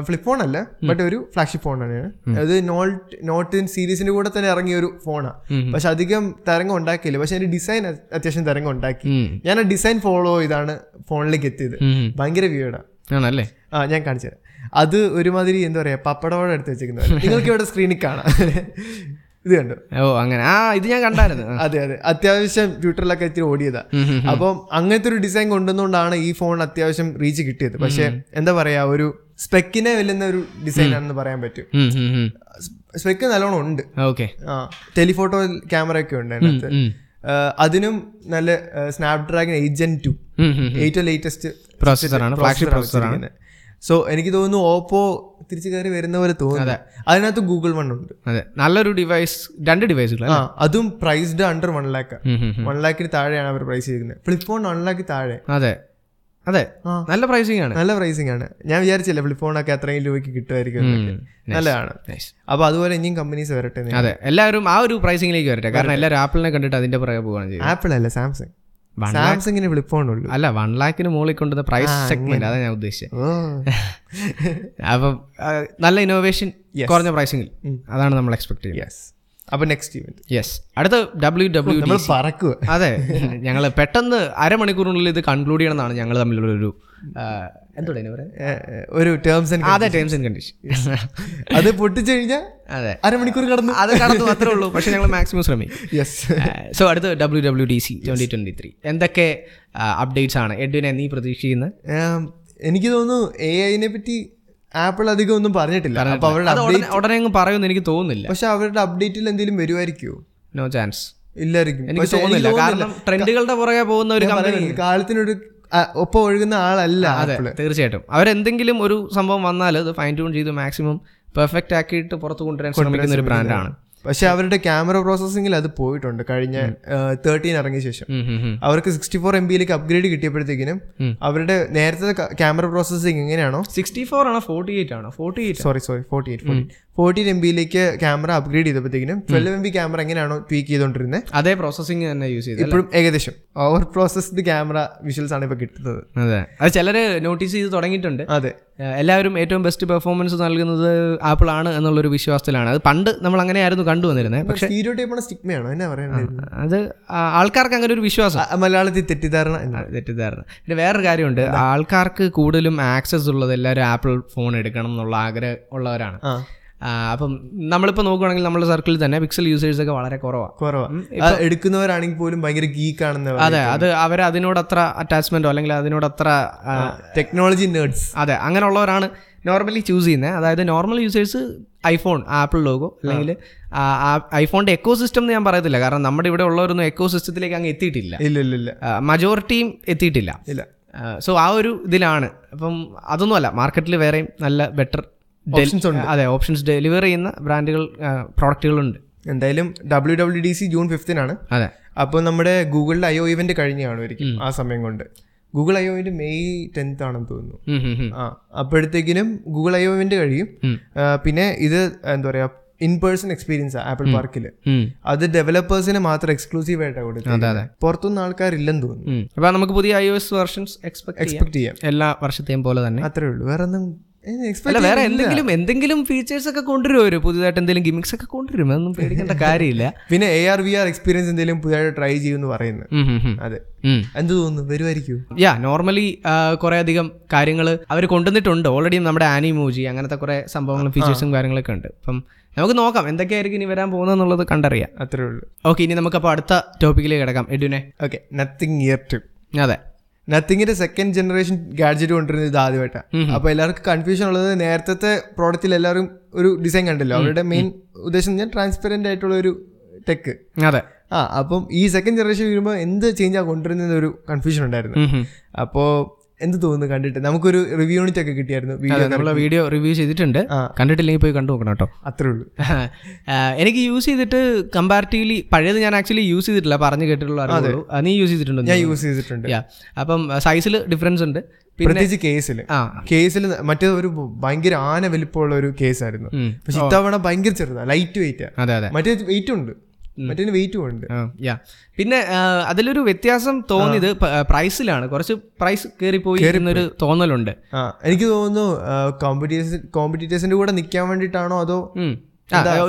[SPEAKER 2] ഫ്ലിപ്പ് ഫോൺ അല്ല ബട്ട് ഒരു ഫ്ലാഗ്ഷിപ്പ് ഫോണാണ് അത് നോട്ട് നോട്ട് സീരീസിന്റെ കൂടെ തന്നെ ഇറങ്ങിയ ഒരു ഫോണാണ് പക്ഷെ അധികം തരംഗം ഉണ്ടാക്കിയില്ല പക്ഷെ അതിന്റെ ഡിസൈൻ അത്യാവശ്യം തരംഗം ഉണ്ടാക്കി ഞാൻ ആ ഡിസൈൻ ഫോളോ ചെയ്താണ് ഫോണിലേക്ക് എത്തിയത് ഭയങ്കര വ്യൂടാ
[SPEAKER 1] ആണല്ലേ
[SPEAKER 2] ആ ഞാൻ കാണിച്ചു തരാം അത് ഒരുമാതിരി എന്താ പറയാ പപ്പടവോടെ എടുത്ത് വെച്ചിരിക്കുന്നത് നിങ്ങൾക്ക് ഇവിടെ സ്ക്രീനിൽ കാണാം ഇത് കണ്ടു
[SPEAKER 1] ഓ അങ്ങനെ ആ ഇത് ഞാൻ കണ്ടായിരുന്നു ആ.
[SPEAKER 2] അതെ അതെ അത്യാവശ്യം ട്വിറ്ററിലൊക്കെ ഇത്തിരി ഓടിയതാ അപ്പം അങ്ങനത്തെ ഒരു ഡിസൈൻ കൊണ്ടുവന്നുകൊണ്ടാണ് ഈ ഫോൺ അത്യാവശ്യം റീച്ച് കിട്ടിയത് പക്ഷെ എന്താ പറയാ ഒരു സ്പെക്കിനെ വെല്ലുന്ന ഒരു ഡിസൈൻ ആണെന്ന് പറയാൻ പറ്റും
[SPEAKER 1] ഉം, ഉം, ഉം.
[SPEAKER 2] സ്പെക്ക് നല്ലോണം ഉണ്ട്
[SPEAKER 1] ഓക്കെ
[SPEAKER 2] ആ ടെലിഫോട്ടോ ക്യാമറ ഒക്കെ ഉണ്ട് അതിനകത്ത്
[SPEAKER 1] ഉം.
[SPEAKER 2] ആ, അതിനും നല്ല സ്നാപ് ഡ്രാഗൺ എയ്ജൻ ടു ഏറ്റവും ലേറ്റസ്റ്റ്
[SPEAKER 1] പ്രോസസ്സറാണ് ഫ്ലാഗ്ഷിപ്പ് പ്രോസസ്സറാണ്
[SPEAKER 2] പ്രോസസ്സറാണ് സോ എനിക്ക് തോന്നുന്നു ഓപ്പോ തിരിച്ചു കയറി വരുന്ന പോലെ തോന്നുന്നു അതിനകത്ത് ഗൂഗിൾ വൺ ഉണ്ട്
[SPEAKER 1] അതെ നല്ലൊരു ഡിവൈസ് രണ്ട് ഡിവൈസുകൾ
[SPEAKER 2] ആ അതും priced under one lakh one ലാക്കിന് താഴെയാണ് അവർ പ്രൈസ് ചെയ്യുന്നത് ഫ്ലിപ്പ് ഫോൺ വൺ ലാക്ക് താഴെ
[SPEAKER 1] അതെ അതെ
[SPEAKER 2] ആ.
[SPEAKER 1] നല്ല പ്രൈസിംഗ് ആണ്
[SPEAKER 2] നല്ല പ്രൈസിംഗ് ആണ് ഞാൻ വിചാരിച്ചില്ല ഫ്ലിപ്പ് ഫോണൊക്കെ അത്രയും രൂപയ്ക്ക് കിട്ടുമായിരിക്കും എന്നൊക്കെ. നല്ലതാണ്
[SPEAKER 1] Nice.
[SPEAKER 2] അപ്പൊ അതുപോലെ ഇനിയും കമ്പനീസ് വരട്ടെ എന്ന്.
[SPEAKER 1] അതെ എല്ലാവരും ആ ഒരു പ്രൈസിംഗിലേക്ക് വരട്ടെ കാരണം എല്ലാവരും ആപ്പിളിനെ കണ്ടിട്ട് അതിന്റെ പുറകെ പോവുകയാണ് ചെയ്യുന്നത്
[SPEAKER 2] ആപ്പിൾ അല്ല സാംസങ്
[SPEAKER 1] One
[SPEAKER 2] സാംസങ്ങിന് ഫ്ലിപ്പ് ഫോൺ ഉള്ളൂ
[SPEAKER 1] അല്ല വൺ ലാക്കിന് മുകളിൽ കൊണ്ടുവന്ന പ്രൈസ് സെഗ്മെന്റ് അതാണ് ഞാൻ ഉദ്ദേശിച്ചത്
[SPEAKER 2] ഓ
[SPEAKER 1] അപ്പം ആ, നല്ല ഇന്നോവേഷൻ കുറഞ്ഞ പ്രൈസിംഗിൽ അതാണ് നമ്മൾ എക്സ്പെക്ട് ചെയ്യുന്നത്
[SPEAKER 2] യെസ് അപ്പൊ നെക്സ്റ്റ് ഇവന്റ്
[SPEAKER 1] യെസ് അടുത്ത ഡബ്ല്യു ഡബ്ല്യു
[SPEAKER 2] നമ്മൾ പറക്കുക
[SPEAKER 1] അതെ ഞങ്ങൾ പെട്ടെന്ന് അരമണിക്കൂറിനുള്ളിൽ ഇത് കൺക്ലൂഡ് ചെയ്യണമെന്നാണ് ഞങ്ങൾ തമ്മിലുള്ള ഒരു ആ, എന്തോ പറയുന്നത്
[SPEAKER 2] ഏ, ഏ, ഒരു ടേംസ് ആൻഡ്
[SPEAKER 1] അതെ ടേംസ് ആൻഡ് കണ്ടീഷൻ
[SPEAKER 2] അത് പൊട്ടിച്ചു കഴിഞ്ഞാൽ
[SPEAKER 1] അതെ
[SPEAKER 2] അരമണിക്കൂർ കടന്നു
[SPEAKER 1] അത് കടന്നു മാത്രമേ ഉള്ളൂ പക്ഷെ ഞങ്ങൾ മാക്സിമം ശ്രമിക്കും
[SPEAKER 2] യെസ്
[SPEAKER 1] സോ അടുത്ത W W D C twenty twenty three എന്തൊക്കെ അപ്ഡേറ്റ്സ് ആണ് എഡ്വിനെ നീ പ്രതീക്ഷിക്കുന്നത്
[SPEAKER 2] എനിക്ക് തോന്നുന്നു എ ഐനെ പറ്റി ആപ്പിൾ അധികം ഒന്നും പറഞ്ഞിട്ടില്ല അപ്പൊ അവരുടെ
[SPEAKER 1] അത്
[SPEAKER 2] update-
[SPEAKER 1] ഉടനെ- ഉടനെ അങ്ങ് പറയുമെന്ന് എനിക്ക് തോന്നുന്നില്ല
[SPEAKER 2] പക്ഷെ അവരുടെ അപ്ഡേറ്റിൽ എന്തെങ്കിലും വരുമായിരിക്കുമോ
[SPEAKER 1] നോ ചാൻസ്
[SPEAKER 2] ഇല്ലായിരിക്കും
[SPEAKER 1] എനിക്ക്
[SPEAKER 2] പക്ഷെ
[SPEAKER 1] തോന്നുന്നില്ല കാരണം ട്രെൻഡുകളുടെ പുറകെ പോകുന്ന ഒരു
[SPEAKER 2] ഞാൻ
[SPEAKER 1] കമ്പനി
[SPEAKER 2] പറയുന്നത് കാലത്തിനൊരു ആ, ഒപ്പം ഒഴുകുന്ന ആളല്ല
[SPEAKER 1] അതെ
[SPEAKER 2] ആപ്പിള്
[SPEAKER 1] തീർച്ചയായിട്ടും അവരെന്തെങ്കിലും ഒരു സംഭവം വന്നാൽ അത് ഫൈൻ ട്യൂൺ ചെയ്ത് മാക്സിമം പെർഫെക്റ്റ് ആക്കിയിട്ട് പുറത്ത് കൊണ്ടുവരാൻ ശ്രമിക്കുന്ന ഒരു ബ്രാൻഡാണ്
[SPEAKER 2] പക്ഷെ അവരുടെ ക്യാമറ പ്രോസസ്സിംഗിൽ അത് പോയിട്ടുണ്ട് കഴിഞ്ഞ തേർട്ടീൻ ഇറങ്ങിയ ശേഷം അവർക്ക് സിക്സ്റ്റി ഫോർ എം ബിയിലേക്ക് അപ്ഗ്രേഡ് കിട്ടിയപ്പോഴത്തേക്കിനും
[SPEAKER 1] ഉം.
[SPEAKER 2] അവരുടെ നേരത്തെ ക്യാമറ പ്രോസസ്സിംഗ് എങ്ങനെയാണോ
[SPEAKER 1] സിക്സ്റ്റി ഫോർ ആണോ ഫോർട്ടി എയ്റ്റ് ആണോ forty eight
[SPEAKER 2] sorry sorry forty eight fourteen M ബിയിലേക്ക് ക്യാമറ അപ്ഗ്രേഡ് ചെയ്തപ്പോഴത്തേക്കിനും ട്വൽവ് എം ബി ക്യാമറ എങ്ങനെയാണോ ട്വീക്ക് ചെയ്തുകൊണ്ടിരുന്നത്
[SPEAKER 1] അതേ പ്രോസസ്സിങ് തന്നെ യൂസ് ചെയ്ത്
[SPEAKER 2] ഇപ്പോഴും ഏകദേശം ഓവർ പ്രോസസ്ഡ് ക്യാമറ വിഷ്വൽസ് ആണ് ഇപ്പൊ കിട്ടുന്നത്
[SPEAKER 1] അതെ അത് ചിലര് നോട്ടീസ് ചെയ്ത് തുടങ്ങിയിട്ടുണ്ട്
[SPEAKER 2] അതെ
[SPEAKER 1] ഏഹ് എല്ലാവരും ഏറ്റവും ബെസ്റ്റ് പെർഫോമൻസ് നൽകുന്നത് ആപ്പിൾ ആണ് എന്നുള്ളൊരു വിശ്വാസത്തിലാണ് അത് പണ്ട് നമ്മൾ അങ്ങനെയായിരുന്നു കണ്ടുവന്നിരുന്നത് പക്ഷെ
[SPEAKER 2] സ്റ്റീരിയോ ടൈപ്പാണ് സ്റ്റിഗ്മയാണോ എന്നാ പറയുന്നത്
[SPEAKER 1] അത് ആ- ആൾക്കാർക്ക് അങ്ങനെ ഒരു വിശ്വാസം
[SPEAKER 2] മലയാളത്തിൽ തെറ്റിദ്ധാരണ എന്ന്
[SPEAKER 1] ആ, തെറ്റിദ്ധാരണ പിന്നെ വേറൊരു കാര്യമുണ്ട് ആൾക്കാർക്ക് കൂടുതലും ആക്സസ് ഉള്ളത് എല്ലാവരും ആപ്പിൾ ഫോൺ എടുക്കണം എന്നുള്ള ആഗ്രഹം ഉള്ളവരാണ്
[SPEAKER 2] ആ
[SPEAKER 1] ആ, അപ്പം നമ്മളിപ്പോൾ നോക്കുവാണെങ്കിൽ നമ്മുടെ സർക്കിളിൽ തന്നെ പിക്സൽ യൂസേഴ്സ് ഒക്കെ വളരെ കുറവാണ്
[SPEAKER 2] കുറവാ ആ, എടുക്കുന്നവരാണെങ്കിൽ പോലും ഭയങ്കര ഗീക്ക് ആണെന്ന്
[SPEAKER 1] അതെ അത് അവർ അതിനോടത്ര അറ്റാച്ച്മെന്റോ അല്ലെങ്കിൽ അതിനോടത്ര ആ,
[SPEAKER 2] ടെക്നോളജി നേർഡ്സ്
[SPEAKER 1] അതെ അങ്ങനെയുള്ളവരാണ് നോർമലി ചൂസ് ചെയ്യുന്നത് അതായത് normal users iPhone Apple logo അല്ലെങ്കിൽ ഐഫോണിന്റെ എക്കോ സിസ്റ്റം എന്ന് ഞാൻ പറയത്തില്ല കാരണം നമ്മുടെ ഇവിടെ ഉള്ളവരൊന്നും എക്കോ സിസ്റ്റത്തിലേക്ക് അങ്ങ് എത്തിയിട്ടില്ല
[SPEAKER 2] ഇല്ല ഇല്ല ഇല്ല
[SPEAKER 1] മജോറിറ്റിയും എത്തിയിട്ടില്ല
[SPEAKER 2] ഇല്ല
[SPEAKER 1] സോ ആ ഒരു ഇതിലാണ് അപ്പം അതൊന്നുമല്ല മാർക്കറ്റിൽ വേറെയും നല്ല ബെറ്റർ
[SPEAKER 2] Options ഉണ്ട്.
[SPEAKER 1] അതെ ഓപ്ഷൻസ് ഡെലിവർ ചെയ്യുന്ന ബ്രാൻഡുകൾ പ്രോഡക്റ്റുകളുണ്ട്
[SPEAKER 2] എന്തായാലും W W D C June ഫിഫ്തിനാണ്
[SPEAKER 1] അതെ
[SPEAKER 2] അപ്പോൾ നമ്മുടെ ഗൂഗിളിന്റെ ഐ ഒ ഇവന്റ് കഴിഞ്ഞ കാണുമായിരിക്കും ആ സമയം കൊണ്ട് ഗൂഗിൾ ഐ ഒന്റെ മെയ് ടെൻത്ത് ആണെന്ന് തോന്നുന്നു
[SPEAKER 1] ഉം, ഉം, ഉം.
[SPEAKER 2] ആ അപ്പോഴത്തേക്കിനും ഗൂഗിൾ ഐ ഒവിന്റെ കഴിയും
[SPEAKER 1] ഉം.
[SPEAKER 2] ആ, പിന്നെ ഇത് എന്താ പറയാ ഇൻ പേഴ്സൺ എക്സ്പീരിയൻസ് ആപ്പിൾ പാർക്കിൽ
[SPEAKER 1] ഉം,
[SPEAKER 2] അത് ഡെവലപ്പേഴ്സിന് മാത്രം എക്സ്ക്ലൂസീവ് ആയിട്ടാണ് കൊടുക്കുന്നത് പുറത്തുനിന്ന് ആൾക്കാരില്ലെന്ന് തോന്നുന്നു
[SPEAKER 1] ഉം. അപ്പൊ നമുക്ക് പുതിയ I O S versions expect ചെയ്യാം
[SPEAKER 2] എക്സ്പെക്ട് ചെയ്യാം
[SPEAKER 1] എല്ലാ വർഷത്തെയും പോലെ തന്നെ
[SPEAKER 2] അത്രേ ഉള്ളൂ വേറെ ഒന്നും ഏ, expect
[SPEAKER 1] അല്ല വേറെ
[SPEAKER 2] ചെയ്യാനില്ല.
[SPEAKER 1] എന്തെങ്കിലും എന്തെങ്കിലും ഫീച്ചേഴ്സ് ഒക്കെ കൊണ്ടുവരും അവര് പുതിയതായിട്ട് എന്തെങ്കിലും ഗിമിക്സ് ഒക്കെ കൊണ്ടുവരും അതൊന്നും പേടിക്കേണ്ട കാര്യമില്ല
[SPEAKER 2] പിന്നെ A R V R experience എന്തെങ്കിലും പുതിയതായിട്ട് ട്രൈ ചെയ്യുമെന്ന് പറയുന്നത്
[SPEAKER 1] ഉം, ഉം, ഉം.
[SPEAKER 2] അതെ
[SPEAKER 1] ഉം.
[SPEAKER 2] എന്ത് തോന്നുന്നു വരുമായിരിക്കും
[SPEAKER 1] യാ നോർമലി കുറേ അധികം കാര്യങ്ങൾ അവർ കൊണ്ടുവന്നിട്ടുണ്ട് ഓൾറെഡി നമ്മുടെ ആനിമോജി അങ്ങനത്തെ കുറേ സംഭവങ്ങളും ഫീച്ചേഴ്സും കാര്യങ്ങളൊക്കെ ഉണ്ട് അപ്പം നമുക്ക് നോക്കാം എന്തൊക്കെയായിരിക്കും ഇനി വരാൻ പോകുന്നതെന്നുള്ളത് കണ്ടറിയാം
[SPEAKER 2] അത്രേ ഉള്ളൂ
[SPEAKER 1] ഓക്കെ ഇനി നമുക്കപ്പോൾ അടുത്ത ടോപ്പിക്കിലേക്ക് കിടക്കാം എഡുനെ
[SPEAKER 2] ഓക്കെ നത്തിങ് ഇയർ ടു
[SPEAKER 1] അതെ
[SPEAKER 2] നത്തിങ്ങിന്റെ സെക്കൻഡ് ജനറേഷൻ ഗാഡ്ജറ്റ് കൊണ്ടുവരുന്നത് ഇത് ആദ്യമായിട്ടാണ് അപ്പൊ എല്ലാവർക്കും കൺഫ്യൂഷൻ ഉള്ളത് നേരത്തെ പ്രോഡക്റ്റിൽ എല്ലാവരും ഒരു ഡിസൈൻ കണ്ടല്ലോ അവരുടെ മെയിൻ ഉദ്ദേശം ഞാൻ ട്രാൻസ്പെറന്റ് ആയിട്ടുള്ള ഒരു ടെക്ക്
[SPEAKER 1] അതെ
[SPEAKER 2] ആ അപ്പം ഈ സെക്കൻഡ് ജനറേഷൻ വരുമ്പോൾ എന്ത് ചേഞ്ച് ആ കൊണ്ടുവരുന്ന ഒരു കൺഫ്യൂഷൻ ഉണ്ടായിരുന്നു
[SPEAKER 1] ഉം ഹും.
[SPEAKER 2] അപ്പോൾ എന്ത് തോന്നുന്നു കണ്ടിട്ട് നമുക്കൊരു റിവ്യൂ യൂണിറ്റ് ഒക്കെ കിട്ടിയായിരുന്നു
[SPEAKER 1] അതെ
[SPEAKER 2] വീഡിയോ
[SPEAKER 1] നമ്മൾ വീഡിയോ റിവ്യൂ ചെയ്തിട്ടുണ്ട്
[SPEAKER 2] ആ.
[SPEAKER 1] കണ്ടിട്ടില്ലെങ്കിൽ പോയി കണ്ടു നോക്കണം കേട്ടോ
[SPEAKER 2] അത്രേ ഉള്ളൂ
[SPEAKER 1] ആ, എനിക്ക് യൂസ് ചെയ്തിട്ട് കമ്പാരിറ്റീവ്ലി പഴയത് ഞാൻ ആക്ച്വലി യൂസ് ചെയ്തിട്ടില്ല പറഞ്ഞു കേട്ടിട്ടുള്ള അറിയുള്ളൂ ആ, നീ യൂസ് ചെയ്തിട്ടുണ്ടോ
[SPEAKER 2] ഞാൻ യൂസ് ചെയ്തിട്ടുണ്ട്
[SPEAKER 1] Yeah. അപ്പം സൈസിൽ ഡിഫറൻസ് ഉണ്ട് പിന്നെ
[SPEAKER 2] പ്രത്യേകിച്ച് കേസിൽ
[SPEAKER 1] ആ
[SPEAKER 2] കേസിൽ മറ്റേ ഒരു ഭയങ്കര ആന വലിപ്പമുള്ള ഒരു കേസായിരുന്നു
[SPEAKER 1] ഉം.
[SPEAKER 2] പക്ഷെ ഇത്തവണ ഭയങ്കര ചെറുതാണ് ലൈറ്റ് വെയിറ്റ്
[SPEAKER 1] അതെ അതെ
[SPEAKER 2] മറ്റേ വെയിറ്റും ഉണ്ട് മറ്റേ വെയിറ്റും ഉണ്ട്
[SPEAKER 1] ആ, yeah. പിന്നെ ആ, അതിലൊരു വ്യത്യാസം തോന്നിയത് പ്രൈസിലാണ് കുറച്ച് പ്രൈസ് കയറിപ്പോയി എന്നൊരു തോന്നലുണ്ട്
[SPEAKER 2] ആ എനിക്ക് തോന്നുന്നു കോമ്പറ്റീഷൻ കോമ്പറ്റീറ്റേഴ്സിന്റെ കൂടെ നിൽക്കാൻ വേണ്ടിയിട്ടാണോ അതോ
[SPEAKER 1] ഉം.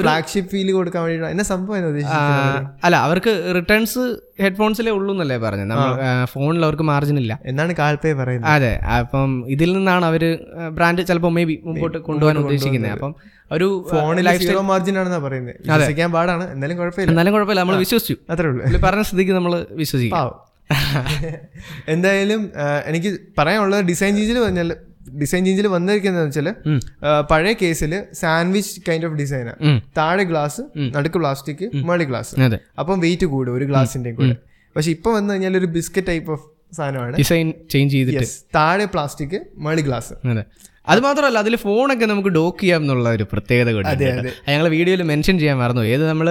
[SPEAKER 2] ഫ്ലാഗ്ഷിപ്പ് ഫീൽ കൊടുക്കാൻ വേണ്ടിയിട്ടാണോ എന്നെ സംഭവം എന്നാ
[SPEAKER 1] ആ,
[SPEAKER 2] ഉദ്ദേശിച്ചത്?
[SPEAKER 1] അല്ല അവർക്ക് റിട്ടേൺസ് ഹെഡ്ഫോൺസിലേ ഉള്ളൂ എന്നല്ലേ പറഞ്ഞത് നമ്മൾ ഫോണിൽ അവർക്ക് മാർജിൻ ഇല്ല
[SPEAKER 2] എന്നാണ് കാൽപ്പേ പറയുന്നത്
[SPEAKER 1] അതെ അപ്പം ഇതിൽ നിന്നാണ് അവർ ബ്രാൻഡ് ചിലപ്പോൾ മേ ബി മുമ്പോട്ട് കൊണ്ടുപോകാൻ ഉദ്ദേശിക്കുന്നത് അപ്പം ഒരു
[SPEAKER 2] ഫോണിൽ സീറോ മാർജിൻ ആണെന്നാ പറയുന്നത് വിശ്വസിക്കാൻ പാടാണ് എന്നാലും കുഴപ്പമില്ല
[SPEAKER 1] എന്നാലും കുഴപ്പമില്ല നമ്മൾ വിശ്വസിച്ചു
[SPEAKER 2] അത്രേ ഉള്ളൂ
[SPEAKER 1] പുള്ളി പറഞ്ഞ സ്ഥിതിക്ക് നമ്മൾ വിശ്വസിക്കും
[SPEAKER 2] പാവം എന്തായാലും ആ, എനിക്ക് പറയാനുള്ള ഡിസൈൻ ചേഞ്ചിൽ പറഞ്ഞാൽ ഡിസൈൻ ചേഞ്ചിൽ വന്നിരിക്കുന്നത് വെച്ചാൽ പഴയ കേസിൽ സാൻഡ്വിച്ച് കൈൻഡ് ഓഫ് ഡിസൈനാണ്
[SPEAKER 1] ഉം.
[SPEAKER 2] താഴെ ഗ്ലാസ് നടുക്ക് പ്ലാസ്റ്റിക് മേളി ഗ്ലാസ്
[SPEAKER 1] അതെ
[SPEAKER 2] അപ്പം വെയിറ്റ് കൂടും ഒരു ഗ്ലാസിന്റെയും കൂടെ പക്ഷെ ഇപ്പൊ വന്നു കഴിഞ്ഞാൽ ഒരു ബിസ്ക്കറ്റ് ടൈപ്പ് ഓഫ് സാധനമാണ്
[SPEAKER 1] ഡിസൈൻ ചേഞ്ച് ചെയ്തിട്ട്
[SPEAKER 2] Yes. താഴെ പ്ലാസ്റ്റിക് മേളി ഗ്ലാസ്
[SPEAKER 1] അതെ അത് മാത്രമല്ല അതിൽ ഫോണൊക്കെ നമുക്ക് ഡോക്ക് ചെയ്യാം എന്നുള്ള ഒരു പ്രത്യേകത കൂടി ഉണ്ട് കേട്ടോ. അത് ഞങ്ങൾ വീഡിയോയിൽ മെൻഷൻ ചെയ്യാൻ മറന്നു ഏത് നമ്മൾ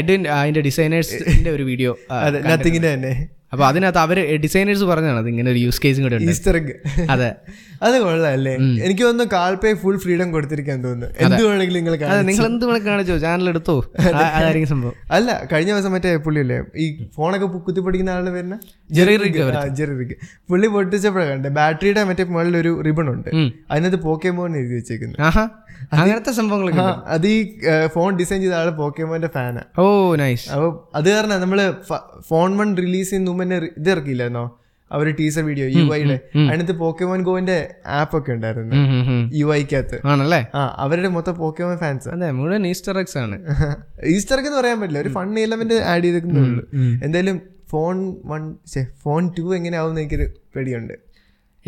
[SPEAKER 1] എഡിൻ അതിന്റെ ഡിസൈനേഴ്സിന്റെ ഒരു വീഡിയോ
[SPEAKER 2] അതെ നത്തിങ്ങിന്റെ തന്നെ
[SPEAKER 1] അപ്പോൾ അതിനകത്ത് അവർ ഡിസൈനേഴ്സ് പറഞ്ഞതാണ് അത് ഇങ്ങനെ ഒരു യൂസ് കേസും കൂടെ ഉണ്ട്
[SPEAKER 2] ഈസ്റ്റർ എഗ്
[SPEAKER 1] അതെ
[SPEAKER 2] അത് കൊള്ളാല്ലേ എനിക്ക് തോന്നുന്നു കാൽപേ ഫുൾ ഫ്രീഡം കൊടുത്തിരിക്കാൻ തോന്നുന്നു എന്ത് വേണമെങ്കിലും നിങ്ങൾ
[SPEAKER 1] അതെ
[SPEAKER 2] കാണാം
[SPEAKER 1] നിങ്ങൾ എന്ത് കണക്ക് കാണിച്ചോ ചാനൽ എടുത്തോ ആ- അതായിരിക്കും സംഭവം
[SPEAKER 2] അല്ല കഴിഞ്ഞ ദിവസം മറ്റേ പുള്ളിയല്ലേ ഈ ഫോണൊക്കെ പു- കുത്തി പിടിക്കുന്ന ആള് വരുന്ന
[SPEAKER 1] ജെറി റിഗ്
[SPEAKER 2] ആ, ജെറി റിഗ്. പുള്ളി പൊട്ടിച്ചപ്പോഴാണ് കണ്ടത് ബാറ്ററിയുടെ മറ്റേ മുകളിൽ ഒരു റിബൺ ഉണ്ട്
[SPEAKER 1] ഉം.
[SPEAKER 2] അതിനകത്ത് പോക്കേമോൻ എഴുതി വെച്ചേക്കുന്നത്
[SPEAKER 1] ആഹാ അങ്ങനത്തെ സംഭവങ്ങളൊക്കെ
[SPEAKER 2] ആ, അത് ഈ ഏ, ഫോൺ ഡിസൈൻ ചെയ്ത ആള് പോക്കേമോന്റെ ഫാനാ
[SPEAKER 1] ഓ നൈസ്
[SPEAKER 2] അപ്പോൾ അത് കാരണം നമ്മള് ഫ- ഫോൺ വൺ റിലീസ് ചെയ്യുന്ന മുമ്പ് തന്നെ റി- ഇത് ഇറക്കിയില്ലായിരുന്നോ ആ ഒരു ടീസർ വീഡിയോ യു ഐയുടെ അതിനകത്ത് പോക്കമോൻ ഗോവിന്റെ ആപ്പ് ഒക്കെ ഉണ്ടായിരുന്നു
[SPEAKER 1] ഉം, ഉം, ഉം.
[SPEAKER 2] യു ഐക്കകത്ത്
[SPEAKER 1] ആണല്ലേ
[SPEAKER 2] ആ അവരുടെ മൊത്തം പോക്കമോൻ ഫാൻസ്
[SPEAKER 1] അതെ മുഴുവൻ ഈസ്റ്റർ എക്സ് ആണ്
[SPEAKER 2] ഈസ്റ്റർക്ക് എന്ന് പറയാൻ പറ്റില്ല ഒരു ഫൺ എലമെന്റ് ആഡ് ചെയ്തേക്കുന്നേ ഉള്ളൂ എന്തായാലും ഫോൺ വൺ ഫോൺ ടു എങ്ങനെയാവും എനിക്കൊരു പേടിയുണ്ട്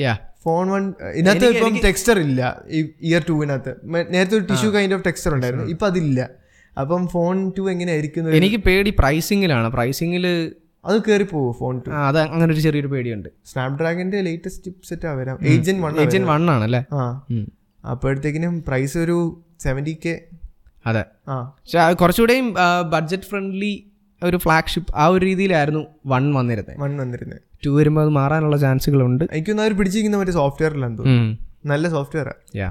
[SPEAKER 1] യാ
[SPEAKER 2] ഫോൺ വൺ ഇതിനകത്ത് ഇപ്പം ടെക്സ്ചർ ഇല്ല ഇയർ ടുവിനകത്ത് നേരത്തെ ഒരു ടിഷ്യൂ കൈൻഡ് ഓഫ് ടെക്സ്ചർ ഉണ്ടായിരുന്നു ഇപ്പം അതില്ല അപ്പം ഫോൺ ടു എങ്ങനെയായിരിക്കും എന്ന്
[SPEAKER 1] എനിക്ക് പേടി പ്രൈസിങ്ങിലാണ് പ്രൈസിങ്ങിൽ
[SPEAKER 2] അത് കയറി പോവോ ഫോൺ ടു
[SPEAKER 1] അത് അങ്ങനെ ഒരു ചെറിയൊരു പേടിയുണ്ട്
[SPEAKER 2] സ്നാപ്ഡ്രാഗന്റെ ലേറ്റസ്റ്റ് ചിപ്പ് സെറ്റ് വരാം ഏജൻ വൺ
[SPEAKER 1] ഏജൻ വൺ ആണല്ലേ
[SPEAKER 2] ആ
[SPEAKER 1] ഉം.
[SPEAKER 2] അപ്പോഴത്തേക്കിനും പ്രൈസ് ഒരു സെവൻറ്റി കെ
[SPEAKER 1] അതെ
[SPEAKER 2] ആ
[SPEAKER 1] പക്ഷെ ആ കുറച്ചുകൂടെയും ബഡ്ജറ്റ് ഫ്രണ്ട്ലി ഒരു ഫ്ലാഗ്ഷിപ്പ് ആ ഒരു രീതിയിലായിരുന്നു വൺ വന്നിരുന്നത്
[SPEAKER 2] വൺ വന്നിരുന്നത്
[SPEAKER 1] ടു വരുമ്പോൾ അത് മാറാനുള്ള ചാൻസുകളുണ്ട്
[SPEAKER 2] എനിക്കൊന്നും അവർ പിടിച്ചിരിക്കുന്ന മറ്റേ സോഫ്റ്റ്വെയറിലാണ് തോന്നുന്നു നല്ല സോഫ്റ്റ്വെയറാണ്
[SPEAKER 1] യാ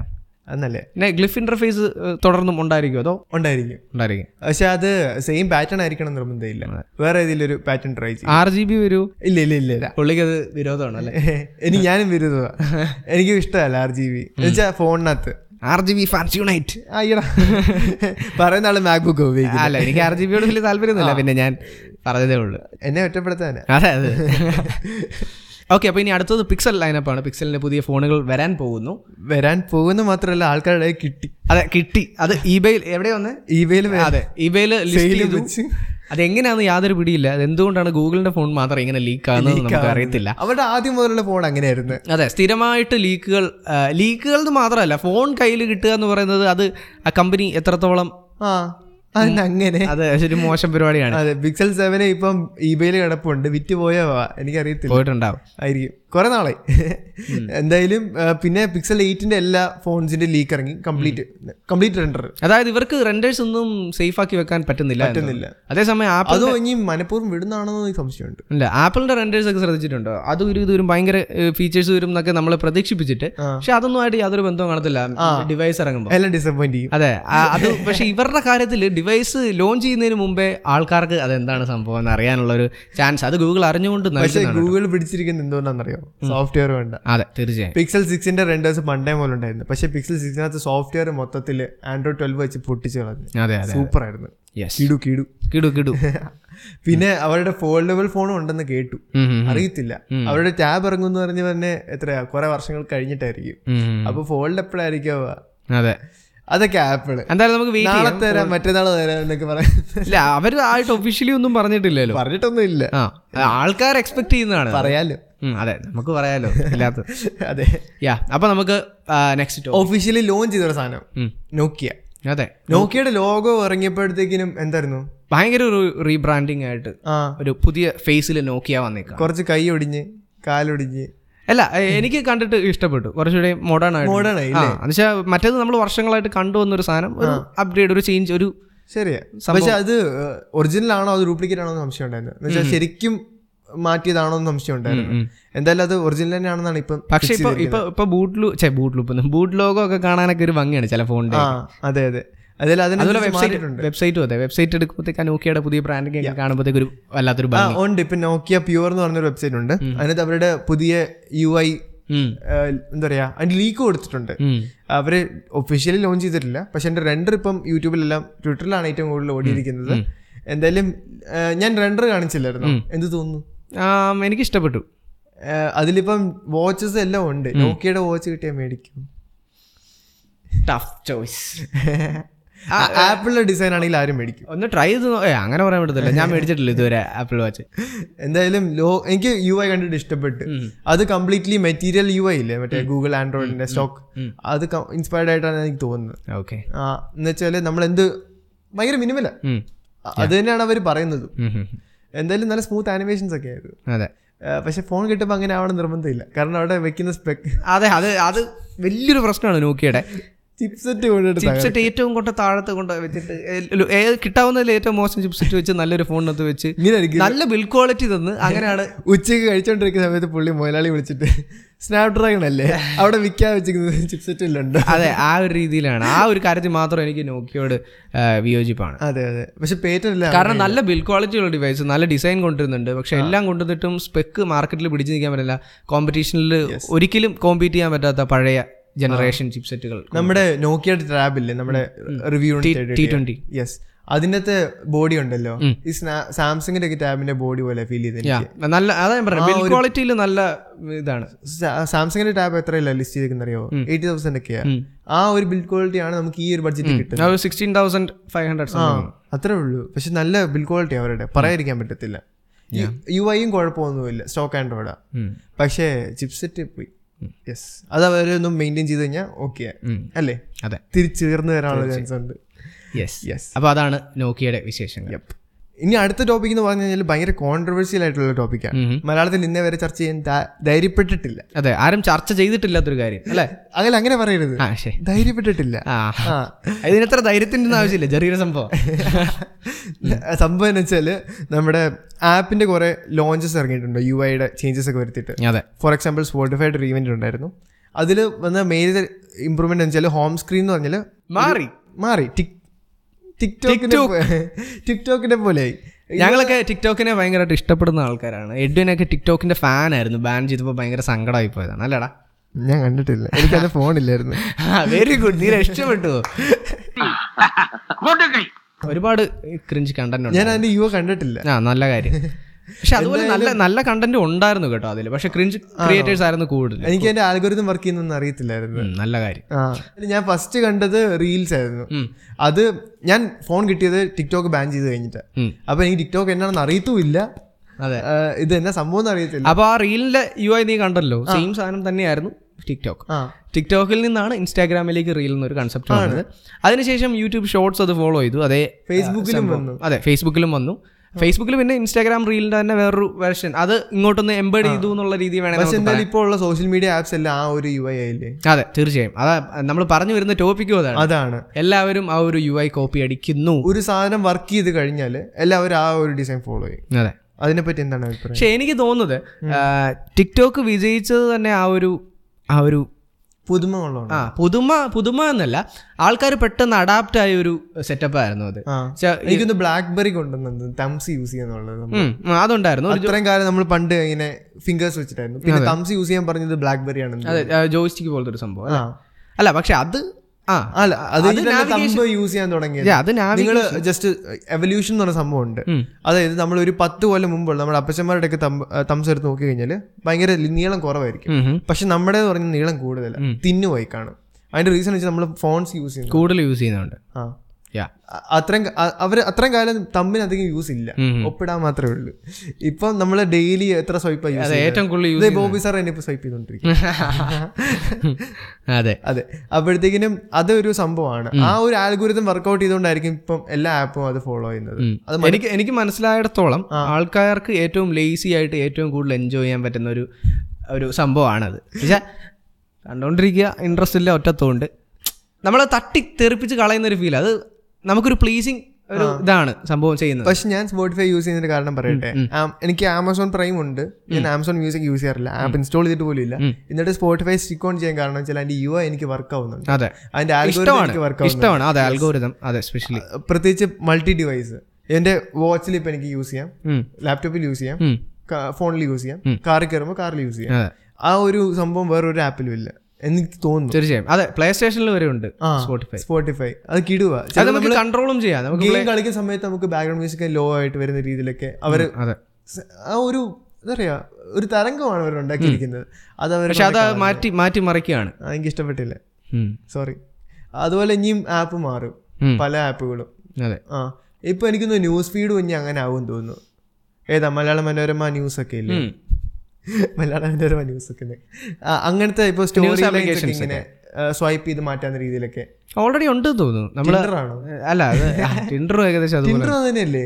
[SPEAKER 2] അന്നല്ലേ
[SPEAKER 1] പിന്നെ ഗ്ലിഫ് ഇന്റർഫേസ് തുടർന്നും ഉണ്ടായിരിക്കും അതോ
[SPEAKER 2] ഉണ്ടായിരിക്കും
[SPEAKER 1] ഉണ്ടായിരിക്കും
[SPEAKER 2] പക്ഷെ അത് സെയിം പാറ്റേൺ ആയിരിക്കണം നിർബന്ധമില്ല വേറെ ഏതെങ്കിലും ഒരു പാറ്റേൺ ട്രൈ ചെയ്യും
[SPEAKER 1] ആർ ജി ബി വരൂ
[SPEAKER 2] ഇല്ല ഇല്ല ഇല്ല ഇല്ല
[SPEAKER 1] പുള്ളിക്ക് അത് വിരോധമാണ് അല്ലേ
[SPEAKER 2] എനിക്ക് ഞാനും വിരുദ്ധ എനിക്ക് ഇഷ്ടമല്ല ആർ ജി ബി എന്നുവെച്ചാൽ ഫോണിനകത്ത്
[SPEAKER 1] R G B fans unite
[SPEAKER 2] അയ്യടാ പറയുന്ന ആള് മാക്ബുക്ക് ഉപയോഗിക്കും
[SPEAKER 1] അല്ല എനിക്ക് ആർ ജി ബിയോട് വലിയ താല്പര്യമൊന്നുമില്ല പിന്നെ ഞാൻ പറഞ്ഞതേ ഉള്ളൂ
[SPEAKER 2] എന്നെ ഒറ്റപ്പെടുത്താനാ
[SPEAKER 1] അതെ അതെ ഓക്കെ അപ്പോൾ ഇനി അടുത്തത് പിക്സൽ ലൈനപ്പാണ് പിക്സലിൻ്റെ പുതിയ ഫോണുകൾ വരാൻ പോകുന്നു
[SPEAKER 2] വരാൻ പോകുന്ന മാത്രമല്ല ആൾക്കാരുടെ കയ്യിൽ കിട്ടി
[SPEAKER 1] അതെ കിട്ടി അത് ഇബയിൽ എവിടെ വന്ന്
[SPEAKER 2] ഇവയിൽ
[SPEAKER 1] അതെ ഇബയിൽ ലിസ്റ്റ്
[SPEAKER 2] സെയിലും
[SPEAKER 1] ചെയ്തു
[SPEAKER 2] വെച്ച്
[SPEAKER 1] അതെങ്ങനെയാണെന്ന് യാതൊരു പിടിയില്ല അത് എന്തുകൊണ്ടാണ് ഗൂഗിളിന്റെ ഫോൺ മാത്രം ഇങ്ങനെ ലീക്ക് ആകുന്നത് നമുക്ക് അറിയത്തില്ല
[SPEAKER 2] അവരുടെ ആദ്യം മുതലുള്ള ഫോൺ അങ്ങനെയായിരുന്നു
[SPEAKER 1] അതെ സ്ഥിരമായിട്ട് ലീക്കുകൾ ലീക്കുകൾ മാത്രമല്ല ഫോൺ കയ്യിൽ കിട്ടുക എന്ന് പറയുന്നത് അത് ആ കമ്പനി എത്രത്തോളം
[SPEAKER 2] ആ അതിന് അങ്ങനെ
[SPEAKER 1] അത് ഒരു മോശം പരിപാടിയാണ്
[SPEAKER 2] അതെ പിക്സൽ സെവന് ഇപ്പം ഇബയിൽ കിടപ്പുണ്ട് വിറ്റ് പോയോ എനിക്കറിയത്തില്ല
[SPEAKER 1] പോയിട്ടുണ്ടാവും
[SPEAKER 2] ആയിരിക്കും കുറെ നാളെ എന്തായാലും ആ, പിന്നെ പിക്സൽ എയ്റ്റിന്റെ എല്ലാ ഫോൺസിന്റെ ലീക്ക് ഇറങ്ങി കംപ്ലീറ്റ് കംപ്ലീറ്റ് റെൻഡർ
[SPEAKER 1] അതായത് ഇവർക്ക് റെൻഡേഴ്സ് ഒന്നും സേഫ് ആക്കി വെക്കാൻ പറ്റുന്നില്ല എന്ന്
[SPEAKER 2] പറ്റുന്നില്ല.
[SPEAKER 1] തോന്നുന്നു. അതേസമയം ആപ്പിൾ
[SPEAKER 2] അതോ ഇനി മനഃപൂർവ്വം വിടുന്നതാണെന്ന് എനിക്ക് സംശയമുണ്ട്
[SPEAKER 1] അല്ല ആപ്പിളിന്റെ റെൻഡേഴ്സ് ഒക്കെ ശ്രദ്ധിച്ചിട്ടുണ്ടോ അതും ഒരു ഇതൊരു ഭയങ്കര ഫീച്ചേഴ്സ് വരും എന്നൊക്കെ നമ്മൾ പ്രതീക്ഷിപ്പിച്ചിട്ട് പക്ഷെ അതൊന്നും ആയിട്ട് യാതൊരു ബന്ധവും കാണത്തില്ല ഡിവൈസ് ഇറങ്ങുമ്പോൾ
[SPEAKER 2] എല്ലാം ഡിസപ്പോയിന്റ് ചെയ്യും
[SPEAKER 1] അതെ ആ- അത് പക്ഷെ ഇവരുടെ കാര്യത്തിൽ ഡിവൈസ് ലോഞ്ച് ചെയ്യുന്നതിന് മുമ്പേ ആൾക്കാർക്ക് അതെന്താണ് സംഭവം എന്ന് അറിയാനുള്ള ഒരു ചാൻസ് അത് ഗൂഗിൾ അറിഞ്ഞുകൊണ്ട്
[SPEAKER 2] പക്ഷെ
[SPEAKER 1] നൽകുന്നതാണ്
[SPEAKER 2] ഗൂഗിൾ പിടിച്ചിരിക്കുന്നത് എന്തുകൊണ്ടാണെന്നറിയോ സോഫ്റ്റ്വെയർ വേണ്ട
[SPEAKER 1] അതെ തീർച്ചയായും
[SPEAKER 2] പിക്സൽ സിക്സിന്റെ റെൻഡേഴ്സ് പണ്ടേ മുതൽ ഉണ്ടായിരുന്നു പക്ഷെ പിക്സൽ സിക്സിനകത്ത് സോഫ്റ്റ്വെയർ മൊത്തത്തിൽ ആൻഡ്രോയിഡ് ട്വൽവ് വെച്ച് പൊട്ടിച്ച് കളഞ്ഞു
[SPEAKER 1] അതെ അതെ
[SPEAKER 2] സൂപ്പർ ആയിരുന്നു
[SPEAKER 1] യെസ്
[SPEAKER 2] കിടു കിടു
[SPEAKER 1] കിടു കിടു
[SPEAKER 2] പിന്നെ അവരുടെ ഫോൾഡബിൾ ഫോണും ഉണ്ടെന്ന് കേട്ടു
[SPEAKER 1] ഉം, ഉം,
[SPEAKER 2] അറിയത്തില്ല അവരുടെ ടാബ് ഇറങ്ങും എന്ന് പറഞ്ഞ് തന്നെ എത്രയാ കുറെ വർഷങ്ങൾ കഴിഞ്ഞിട്ടായിരിക്കും
[SPEAKER 1] ഉം, ഉം.
[SPEAKER 2] അപ്പൊ ഫോൾഡ് എപ്പോഴായിരിക്കും ആവുക?
[SPEAKER 1] അതെ
[SPEAKER 2] അതൊക്കെ ആപ്പിള്
[SPEAKER 1] എന്തായാലും നമുക്ക് വെയിറ്റ്
[SPEAKER 2] നാളെ
[SPEAKER 1] ചെയ്യാം
[SPEAKER 2] തരാം മറ്റന്നാൾ തരാം എന്നൊക്കെ പറയാൻ
[SPEAKER 1] ഇല്ല അവർ ആയിട്ട് ഒഫീഷ്യലി ഒന്നും പറഞ്ഞിട്ടില്ലല്ലോ
[SPEAKER 2] പറഞ്ഞിട്ടൊന്നും ഇല്ല
[SPEAKER 1] ആ ആൾക്കാർ എക്സ്പെക്ട് ചെയ്യുന്നതാണ്
[SPEAKER 2] പറയാലോ
[SPEAKER 1] ഉം, അതെ നമുക്ക് പറയാലോ ഇല്ലാത്ത
[SPEAKER 2] അതെ
[SPEAKER 1] യാ അപ്പൊ നമുക്ക് നെക്സ്റ്റ്
[SPEAKER 2] ഒഫീഷ്യലി ലോഞ്ച് ചെയ്തൊരു സാധനം നോക്കിയ
[SPEAKER 1] അതെ
[SPEAKER 2] നോക്കിയയുടെ ലോഗോ ഇറങ്ങിയപ്പോഴത്തേക്കിനും എന്തായിരുന്നു
[SPEAKER 1] ഭയങ്കര ഒരു റീബ്രാൻഡിങ് ആയിട്ട്
[SPEAKER 2] ആ
[SPEAKER 1] ഒരു പുതിയ ഫേസിൽ നോക്കിയ വന്നേക്കാം
[SPEAKER 2] കുറച്ച് കൈ ഒടിഞ്ഞ് കാലൊടിഞ്ഞ്
[SPEAKER 1] അല്ല എ- എനിക്ക് കണ്ടിട്ട് ഇഷ്ടപ്പെട്ടു കുറച്ചുകൂടി മോഡേൺ ആയിട്ട്
[SPEAKER 2] Modern ആയി,
[SPEAKER 1] ആ എന്നുവെച്ചാൽ മറ്റേത് നമ്മൾ വർഷങ്ങളായിട്ട് കണ്ടുവന്നൊരു സാധനം ഒരു അപ്ഗ്രേഡ് ഒരു ചേഞ്ച് ഒരു
[SPEAKER 2] ശരിയാ പക്ഷെ അത് ഒറിജിനൽ ആണോ അത് ഡ്യൂപ്ലിക്കേറ്റ് ആണോ എന്ന് സംശയം ഉണ്ടായിരുന്നു എന്ന് വെച്ചാൽ ശരിക്കും മാറ്റിയതാണോ എന്ന് സംശയം ഉണ്ടായിരുന്നു എന്തായാലും അത് ഒറിജിനൽ തന്നെയാണെന്നാണ് ഇപ്പം
[SPEAKER 1] പക്ഷെ ഇപ്പൊ ഇപ്പൊ ഇപ്പൊ ബൂട്ടിലു ചേ ബൂട്ടിലു ബൂട്ട് ലോഗോ ഒക്കെ കാണാനൊക്കെ ഒരു ഭംഗിയാണ് ചില ഫോണിന്റെ
[SPEAKER 2] ആ അതെ അതെ അതിൽ
[SPEAKER 1] അതുപോലെ
[SPEAKER 2] അതിന്
[SPEAKER 1] വെബ്സൈറ്റ് വെബ്സൈറ്റും അതെ വെബ്സൈറ്റ് എടുക്കുമ്പോഴത്തേക്ക് ആ നോക്കിയുടെ പുതിയ ബ്രാൻഡിംഗ് ഒക്കെ കാണുമ്പോഴത്തേക്ക് ഒരു വല്ലാത്തൊരു
[SPEAKER 2] ആ
[SPEAKER 1] ഭംഗി
[SPEAKER 2] ഉണ്ട് ഇപ്പൊ നോക്കിയ പ്യൂർ എന്ന് പറഞ്ഞൊരു വെബ്സൈറ്റ് ഉണ്ട് അതിനകത്ത് അവരുടെ പുതിയ യു ഐ
[SPEAKER 1] ഉം.
[SPEAKER 2] എന്താ പറയാ അതിന് ലീക്ക് കൊടുത്തിട്ടുണ്ട്
[SPEAKER 1] ഉം.
[SPEAKER 2] അവര് ഒഫീഷ്യലി ലോഞ്ച് ചെയ്തിട്ടില്ല പക്ഷെ എന്റെ റെൻഡർ ഇപ്പം യൂട്യൂബിലെല്ലാം ട്വിറ്ററിലാണ് ഏറ്റവും കൂടുതൽ ഓടിയിരിക്കുന്നത് എന്തായാലും ആ, ഞാൻ റെൻഡർ കാണിച്ചില്ലായിരുന്നു എന്ത് തോന്നുന്നു
[SPEAKER 1] ആം, എനിക്ക് ഇഷ്ടപ്പെട്ടു
[SPEAKER 2] ആ, അതിലിപ്പം വാച്ചസ് എല്ലാം ഉണ്ട് നോക്കിയുടെ വാച്ച് കിട്ടിയാൽ മേടിക്കും
[SPEAKER 1] ടഫ് ചോയ്സ്
[SPEAKER 2] ആപ്പിളിന്റെ ഡിസൈൻ ആണെങ്കിൽ ആരും മേടിക്കും
[SPEAKER 1] ഒന്ന് ട്രൈ ചെയ്ത് നോ- ഏ, അങ്ങനെ പറയാൻ പറ്റത്തില്ല ഞാൻ മേടിച്ചിട്ടില്ല ഇതുവരെ ആപ്പിൾ വാച്ച്
[SPEAKER 2] എന്തായാലും ലോ എനിക്ക് യു ഐ കണ്ടിട്ട് ഇഷ്ടപ്പെട്ട് അത് കംപ്ലീറ്റ്ലി മെറ്റീരിയൽ യു ഐ ഇല്ലേ മറ്റേ ഗൂഗിൾ ആൻഡ്രോയിഡിന്റെ സ്റ്റോക്ക് അത് ഇൻസ്പയർഡ് ആയിട്ടാണ് എനിക്ക് തോന്നുന്നത്
[SPEAKER 1] ഓക്കെ
[SPEAKER 2] ആ എന്ന് വെച്ചാൽ നമ്മൾ എന്ത് ഭയങ്കര മിനിമല അത് തന്നെയാണ് അവർ പറയുന്നത് എന്തായാലും നല്ല സ്മൂത്ത് ആനിമേഷൻസ് ഒക്കെ ആയിരുന്നു
[SPEAKER 1] അതെ
[SPEAKER 2] ആ, പക്ഷെ ഫോൺ കിട്ടുമ്പോൾ അങ്ങനെ ആവണം നിർബന്ധമില്ല കാരണം അവിടെ വെക്കുന്ന സ്പെക്
[SPEAKER 1] അതെ അത് അത് വലിയൊരു പ്രശ്നമാണ് നോക്കിയുടെ
[SPEAKER 2] ചിപ്സെറ്റ് കൊണ്ടിട്ട് താഴെ.
[SPEAKER 1] ചിപ്സെറ്റ് ഏറ്റവും കൊണ്ട് താഴത്ത് കൊണ്ട് വെച്ചിട്ട് ഏ- ലു- ഏ- കിട്ടാവുന്നതിൽ ഏറ്റവും മോശം ചിപ്സെറ്റ് വെച്ച് നല്ലൊരു ഫോണിനകത്ത് വെച്ച്
[SPEAKER 2] ഇങ്ങനെയായിരിക്കും
[SPEAKER 1] നല്ല ബിൽ ക്വാളിറ്റി തന്ന് അങ്ങനെയാണ്
[SPEAKER 2] ഉച്ചയ്ക്ക് കഴിച്ചോണ്ടിരിക്കുന്ന സമയത്ത് പുള്ളി മുതലാളി വിളിച്ചിട്ട് സ്നാപ്ഡ്രാഗൺ അല്ലേ അവിടെ വിൽക്കാൻ വെച്ചിരിക്കുന്നത് ചിപ്സെറ്റ് ഇല്ലുണ്ട്
[SPEAKER 1] അതെ ആ ഒരു രീതിയിലാണ് ആ ഒരു കാര്യത്തിൽ മാത്രം എനിക്ക് നോക്കിയോട് ആ, വിയോജിപ്പാണ്
[SPEAKER 2] അതെ അതെ പക്ഷെ പേറ്റൻ അല്ല
[SPEAKER 1] കാരണം നല്ല ബിൽ ക്വാളിറ്റി ഉള്ള ഡിവൈസ് നല്ല ഡിസൈൻ കൊണ്ടുവരുന്നുണ്ട് പക്ഷെ എല്ലാം കൊണ്ടുവന്നിട്ടും സ്പെക്ക് മാർക്കറ്റിൽ പിടിച്ചു നിൽക്കാൻ പറ്റില്ല കോമ്പറ്റീഷനിൽ ഒരിക്കലും കോമ്പീറ്റ് ചെയ്യാൻ പറ്റാത്ത പഴയ ജനറേഷൻ ചിപ്സെറ്റുകൾ
[SPEAKER 2] നമ്മുടെ നോക്കിയ ടാബ് ഇല്ലേ നമ്മുടെ റിവ്യൂ
[SPEAKER 1] ടി ട്വന്റി
[SPEAKER 2] യെസ് അതിനകത്തെ ബോഡി ഉണ്ടല്ലോ
[SPEAKER 1] ഉം.
[SPEAKER 2] ഈ സാംസങ്ങിന്റെ ഒക്കെ ടാബിന്റെ ബോഡി പോലെ ഫീൽ ചെയ്ത് എനിക്ക്.
[SPEAKER 1] Yeah. നല്ല അതാ ഞാൻ പറഞ്ഞത് ബിൽഡ് ക്വാളിറ്റിയിൽ നല്ല ഇതാണ്
[SPEAKER 2] സാ- സാംസങ്ങിന്റെ ടാബ് എത്രയല്ല ലിസ്റ്റ് ചെയ്തേക്കുന്ന അറിയോ എയ്റ്റി തൗസൻഡ് ഒക്കെയാ
[SPEAKER 1] ഉം.
[SPEAKER 2] ആ ഒരു ബിൽഡ് ക്വാളിറ്റി ആണ് നമുക്ക് ഈ ഒരു ബഡ്ജറ്റ് കിട്ടുന്നത്
[SPEAKER 1] സിക്സ്റ്റീൻ തൗസൻഡ് ഫൈവ് ഹൺഡ്രഡ്
[SPEAKER 2] ആ അത്രേ ഉള്ളൂ പക്ഷെ നല്ല ബിൽഡ് ക്വാളിറ്റി അവരുടെ പറയാതിരിക്കാൻ പറ്റത്തില്ല യു ഐയും കുഴപ്പമൊന്നുമില്ല സ്റ്റോക്ക് ആൻഡ്രോയിഡാ പക്ഷേ ചിപ്സെറ്റ് പോയി യെസ് അത് അവരൊന്നും മെയിൻറ്റെയിൻ ചെയ്ത് കഴിഞ്ഞാൽ ഓക്കെ അല്ലേ
[SPEAKER 1] അതെ.
[SPEAKER 2] തിരിച്ചു ഉയർന്നു വരാനുള്ള ചാൻസ് ഉണ്ട്
[SPEAKER 1] യെസ്
[SPEAKER 2] യെസ്
[SPEAKER 1] അപ്പോൾ അതാണ് നോക്കിയയുടെ വിശേഷങ്ങൾ
[SPEAKER 2] ഇനി അടുത്ത ടോപ്പിക് എന്ന് പറഞ്ഞു കഴിഞ്ഞാൽ ഭയങ്കര കോൺട്രവേഴ്സ്യൽ ആയിട്ടുള്ള ടോപ്പിക്കാണ്
[SPEAKER 1] ഉം.
[SPEAKER 2] മലയാളത്തിൽ ഇന്നേ വരെ ചർച്ച ചെയ്യാൻ ധൈ- ധൈര്യപ്പെട്ടിട്ടില്ല
[SPEAKER 1] അതെ ആരും ചർച്ച ചെയ്തിട്ടില്ലാത്തൊരു കാര്യം അല്ലേ
[SPEAKER 2] അങ്ങനെ അങ്ങനെ പറയരുത്
[SPEAKER 1] ആ ശരി
[SPEAKER 2] ധൈര്യപ്പെട്ടിട്ടില്ല
[SPEAKER 1] ആ
[SPEAKER 2] ആ
[SPEAKER 1] ഇതിനത്ര ധൈര്യത്തിൻ്റെ ഒന്നും ആവശ്യമില്ല ചെറിയൊരു സംഭവം
[SPEAKER 2] സംഭവം എന്ന് വെച്ചാൽ നമ്മുടെ ആപ്പിന്റെ കുറെ ലോഞ്ചസ് ഇറങ്ങിയിട്ടുണ്ട് യു ഐയുടെ ചേഞ്ചസ് ഒക്കെ വരുത്തിയിട്ട്
[SPEAKER 1] അതെ
[SPEAKER 2] ഫോർ എക്സാമ്പിൾ സ്പോട്ടിഫൈഡ് ഒരു ഇവന്റ് ഉണ്ടായിരുന്നു അതിൽ വന്ന മേജർ ഇമ്പ്രൂവ്മെന്റ് എന്ന് വെച്ചാൽ ഹോം സ്ക്രീൻ എന്ന് പറഞ്ഞാൽ
[SPEAKER 1] മാറി
[SPEAKER 2] മാറി ടിക് ടിക്ടോക്കിന്റെ ടിക്ടോക്കിന്റെ പോലെയായി
[SPEAKER 1] ഞങ്ങളൊക്കെ ടിക്ടോക്കിനെ ഭയങ്കരമായിട്ട് ഇഷ്ടപ്പെടുന്ന ആൾക്കാരാണ് എഡ്വിനൊക്കെ ടിക്ടോക്കിന്റെ ഫാൻ ആയിരുന്നു ബാൻ ചെയ്തപ്പോൾ ഭയങ്കര സങ്കടമായി പോയതാണ് അല്ലടാ
[SPEAKER 2] ഞാൻ കണ്ടിട്ടില്ല എനിക്കത് ഫോണില്ലായിരുന്നു
[SPEAKER 1] വെരി ഗുഡ് നീ രക്ഷപ്പെട്ടു ഒരുപാട് ക്രിഞ്ച് കണ്ടന്റ് ഉണ്ട്
[SPEAKER 2] ഞാൻ അതിന്റെ യുവ കണ്ടിട്ടില്ല
[SPEAKER 1] ആ നല്ല കാര്യം പക്ഷെ അതുപോലെ നല്ല നല്ല കണ്ടന്റ് ഉണ്ടായിരുന്നു കേട്ടോ അതിൽ പക്ഷെ ക്രിഞ്ച് ക്രിയേറ്റേഴ്സ് ആയിരുന്നു കൂടുതൽ
[SPEAKER 2] എനിക്ക് അതിന്റെ ആൽഗോരിതം വർക്ക് ചെയ്യുന്നൊന്നും അറിയത്തില്ലായിരുന്നു
[SPEAKER 1] ഉം, നല്ല കാര്യം
[SPEAKER 2] ആ ഞാൻ ഫസ്റ്റ് കണ്ടത് റീൽസ് ആയിരുന്നു അത് ഞാൻ ഫോൺ കിട്ടിയത് ടിക്ടോക്ക് ബാൻ ചെയ്ത് കഴിഞ്ഞിട്ട്
[SPEAKER 1] ഉം.
[SPEAKER 2] അപ്പൊ എനിക്ക് ടിക്ടോക്ക് എന്നാണെന്ന് അറിയത്തുമില്ല
[SPEAKER 1] അതെ
[SPEAKER 2] ആ, ഇത് എന്നാ സംഭവം എന്ന് അറിയത്തില്ല
[SPEAKER 1] അപ്പൊ ആ റീലിന്റെ യു ഐ നീ കണ്ടല്ലോ സെയിം സാധനം തന്നെയായിരുന്നു ടിക്ടോക്ക്
[SPEAKER 2] ആ
[SPEAKER 1] ടിക്ടോക്കിൽ നിന്നാണ് ഇൻസ്റ്റാഗ്രാമിലേക്ക് റീൽ എന്നൊരു കൺസെപ്റ്റ് വന്നത് അതിനുശേഷം യൂട്യൂബ് ഷോർട്സ് അത് ഫോളോ ചെയ്തു അതേ
[SPEAKER 2] ഫേസ്ബുക്കിലും വന്നു
[SPEAKER 1] അതെ ഫേസ്ബുക്കിലും വന്നു ഫേസ്ബുക്കിൽ പിന്നെ ഇൻസ്റ്റാഗ്രാം റീലിന്റെ തന്നെ വേറൊരു വേർഷൻ അത് ഇങ്ങോട്ടൊന്ന് എംബേഡ് ചെയ്തു എന്നുള്ള രീതി വേണമെങ്കിൽ
[SPEAKER 2] പക്ഷെ
[SPEAKER 1] നമുക്ക്
[SPEAKER 2] എന്തായാലും ഇപ്പോൾ ഉള്ള സോഷ്യൽ മീഡിയ ആപ്സ് എല്ലാം ആ ഒരു യു ഐ ആയില്ലേ
[SPEAKER 1] പറയാം. അതെ തീർച്ചയായും അതാ നമ്മൾ പറഞ്ഞു വരുന്ന ടോപ്പിക്കും അതാണ്
[SPEAKER 2] അതാണ്
[SPEAKER 1] എല്ലാവരും ആ ഒരു യു ഐ കോപ്പി അടിക്കുന്നു
[SPEAKER 2] ഒരു സാധനം വർക്ക് ചെയ്ത് കഴിഞ്ഞാൽ എല്ലാവരും ആ ഒരു ഡിസൈൻ ഫോളോ ചെയ്യും
[SPEAKER 1] അതെ
[SPEAKER 2] അതിനെപ്പറ്റി എന്താണ് അഭിപ്രായം
[SPEAKER 1] പക്ഷെ എനിക്ക് തോന്നുന്നത് ആ, ടിക്ടോക്ക് വിജയിച്ചത് തന്നെ ആ ഒരു ആ ഒരു
[SPEAKER 2] പുതുമ ഉള്ളതാണ്
[SPEAKER 1] ആ പുതുമ പുതുമ എന്നല്ല ആൾക്കാർ പെട്ടെന്ന് അഡാപ്റ്റ് ആയ ഒരു സെറ്റപ്പ് ആയിരുന്നു അത്
[SPEAKER 2] ആ
[SPEAKER 1] ച-
[SPEAKER 2] എനിക്കൊന്ന് ബ്ലാക്ക് ബെറി കൊണ്ടുവന്നത് തംസ് യൂസ് ചെയ്യാന്നുള്ളത്
[SPEAKER 1] ഉം, ഉം, അതുണ്ടായിരുന്നു ഒരു
[SPEAKER 2] അത്രയും കാലം നമ്മൾ പണ്ട് ഇങ്ങനെ ഫിംഗേഴ്സ് വെച്ചിട്ടായിരുന്നു പിന്നെ തംസ് യൂസ് ചെയ്യാൻ പറഞ്ഞത് ബ്ലാക്ക് ബെറി ആണെന്ന്
[SPEAKER 1] അതെ ജോയിസ്റ്റിക്ക് പോലത്തെ ഒരു സംഭവം
[SPEAKER 2] ആ
[SPEAKER 1] അല്ല പക്ഷെ അത് ആ
[SPEAKER 2] അല്ല അത്
[SPEAKER 1] navigation-
[SPEAKER 2] തമ്പ് യൂസ് ചെയ്യാൻ തുടങ്ങിയത്
[SPEAKER 1] ഇത് അത് നാവി
[SPEAKER 2] നിങ്ങൾ ജസ്റ്റ് എവല്യൂഷൻ എന്ന് പറഞ്ഞ സംഭവം ഉണ്ട്
[SPEAKER 1] ഉം.
[SPEAKER 2] അതായത് നമ്മൾ ഒരു പത്ത് കൊല്ലം മുമ്പുള്ള നമ്മുടെ അപ്പച്ചന്മാരുടെ ഒക്കെ തംസ് എടുത്ത് നോക്കി കഴിഞ്ഞാൽ ഭയങ്കര ലി- നീളം കുറവായിരിക്കും
[SPEAKER 1] ഉം ഹും.
[SPEAKER 2] പക്ഷെ നമ്മുടെ എന്ന് പറഞ്ഞ നീളം കൂടുതലാണ് തിന്നുപോയി കാണും അതിന്റെ റീസൺ വെച്ചാൽ നമ്മൾ ഫോൺസ് യൂസ് ചെയ്യുന്നു
[SPEAKER 1] കൂടുതൽ യൂസ് ചെയ്യുന്നുണ്ട്
[SPEAKER 2] ആ
[SPEAKER 1] Yeah.
[SPEAKER 2] അ- അത്രയും ക- അ- അവര് അത്രയും കാലം തമ്മിന് അധികം യൂസ് ഇല്ല
[SPEAKER 1] ഉം.
[SPEAKER 2] ഒപ്പിടാൻ മാത്രമേ ഉള്ളൂ ഇപ്പൊ നമ്മൾ ഡെയിലി എത്ര സ്വൈപ്പ്
[SPEAKER 1] അതെ
[SPEAKER 2] യൂസ്
[SPEAKER 1] ഏറ്റവും കൂടുതൽ യൂസ്
[SPEAKER 2] ഇതേ ബോബി സാർ എന്നെ ഇപ്പൊ സ്വൈപ്പ് ചെയ്തോണ്ടിരിക്കും
[SPEAKER 1] അതെ
[SPEAKER 2] അതെ അപ്പോഴത്തേക്കിനും അതൊരു സംഭവമാണ് ആ ഒരു ആൽഗുരിതം വർക്ക്ഔട്ട് ചെയ്തുകൊണ്ടായിരിക്കും ഇപ്പം എല്ലാ ആപ്പും അത് ഫോളോ ചെയ്യുന്നത്
[SPEAKER 1] ഉം.
[SPEAKER 2] അത്
[SPEAKER 1] എനിക്ക് എനിക്ക് മനസ്സിലായിടത്തോളം ആൾക്കാർക്ക് ഏറ്റവും ലേസി ആയിട്ട് ഏറ്റവും കൂടുതൽ എൻജോയ് ചെയ്യാൻ പറ്റുന്ന ഒരു ഒരു സംഭവമാണത് പക്ഷേ കണ്ടുകൊണ്ടിരിക്കുക ഇൻട്രസ്റ്റ് ഇല്ല ഒറ്റത്തോണ്ട് നമ്മളെ തട്ടി തെറിപ്പിച്ച് കളയുന്ന ഒരു ഫീൽ അത് നമുക്കൊരു പ്ലീസിങ് ഒരു ഇതാണ് സംഭവം ചെയ്യുന്നത്
[SPEAKER 2] പക്ഷെ ഞാൻ സ്പോട്ടിഫൈ യൂസ് ചെയ്യുന്നതിന് കാരണം പറയട്ടെ ആം- എനിക്ക് ആമസോൺ പ്രൈം ഉണ്ട് ഞാൻ ആമസോൺ മ്യൂസിക് യൂസ് ചെയ്യാറില്ല ആപ്പ് ഇൻസ്റ്റാൾ ചെയ്തിട്ട് പോലും ഇല്ല എന്നിട്ട് സ്പോട്ടിഫൈ സ്റ്റിക്ക് ഓൺ ചെയ്യാൻ കാരണം വെച്ചാൽ അതിന്റെ യുവ എനിക്ക് വർക്ക് ആവുന്നുണ്ട്
[SPEAKER 1] അതെ
[SPEAKER 2] അതിന്റെ algorithm
[SPEAKER 1] ഇഷ്ടമാണ്
[SPEAKER 2] എനിക്ക് വർക്ക് ആവുന്നുണ്ട്
[SPEAKER 1] ഇഷ്ടമാണ് അതെ അൽഗോരിതം അതെ സ്പെഷ്യലി
[SPEAKER 2] പ്രത്യേകിച്ച് മൾട്ടി ഡിവൈസ് എന്റെ വാച്ചിൽ ഇപ്പൊ എനിക്ക് യൂസ് ചെയ്യാം ലാപ്ടോപ്പിൽ യൂസ് ചെയ്യാം ഫോണിൽ യൂസ് ചെയ്യാം കാറിൽ കയറുമ്പോൾ കാറിൽ യൂസ് ചെയ്യാം
[SPEAKER 1] അതെ
[SPEAKER 2] ആ ഒരു സംഭവം വേറൊരു ആപ്പിലും ഇല്ല എനിക്ക് തോന്നുന്നു
[SPEAKER 1] തീർച്ചയായും അതെ പ്ലേ സ്റ്റേഷനിൽ വരെ ഉണ്ട് സ്പോട്ടിഫൈ
[SPEAKER 2] സ്പോട്ടിഫൈ അത് കിടുക
[SPEAKER 1] അത് നമുക്ക് കൺട്രോളും ചെയ്യാം നമുക്ക്
[SPEAKER 2] ഗെയിം കളിക്കുന്ന സമയത്ത് നമുക്ക് ബാക്ക്ഗ്രൗണ്ട് മ്യൂസിക് ലോ ആയിട്ട് വരുന്ന രീതിയിലൊക്കെ അവർ
[SPEAKER 1] അതെ
[SPEAKER 2] ആ ഒരു എന്താ പറയാ ഒരു തരംഗമാണ് അവർ ഉണ്ടാക്കിയിരിക്കുന്നത് അത് അവർ
[SPEAKER 1] പക്ഷെ അത് മാറ്റി മാറ്റി മറിക്കുകയാണ്
[SPEAKER 2] എനിക്ക് ഇഷ്ടപ്പെട്ടില്ല
[SPEAKER 1] ഉം.
[SPEAKER 2] സോറി അതുപോലെ ഇനിയും ആപ്പ് മാറും
[SPEAKER 1] ഉം.
[SPEAKER 2] പല ആപ്പുകളും
[SPEAKER 1] അതെ
[SPEAKER 2] ആ ഇപ്പൊ എനിക്കൊന്ന് ന്യൂസ് ഫീഡ് ഇനി അങ്ങനെ ആവും തോന്നുന്നു ഏതാ മലയാള മനോരമ ന്യൂസ് ഒക്കെ ഇല്ലേ
[SPEAKER 1] ഉം.
[SPEAKER 2] മലയാള മനോരമ ന്യൂസ് ഒക്കെ ഇല്ലേ? ആ, അങ്ങനത്തെ ഇപ്പൊ സ്റ്റോറി
[SPEAKER 1] applications
[SPEAKER 2] ഇങ്ങനെ സ്വൈപ്പ് ചെയ്ത് മാറ്റാവുന്ന രീതിയിലൊക്കെ
[SPEAKER 1] ഓൾറെഡി ഉണ്ട് എന്ന് തോന്നുന്നു നമ്മള്
[SPEAKER 2] Tinder ആണോ
[SPEAKER 1] അല്ല അത് ടിൻഡറും ഏകദേശം അതുപോലെ
[SPEAKER 2] Tinder തന്നെയല്ലേ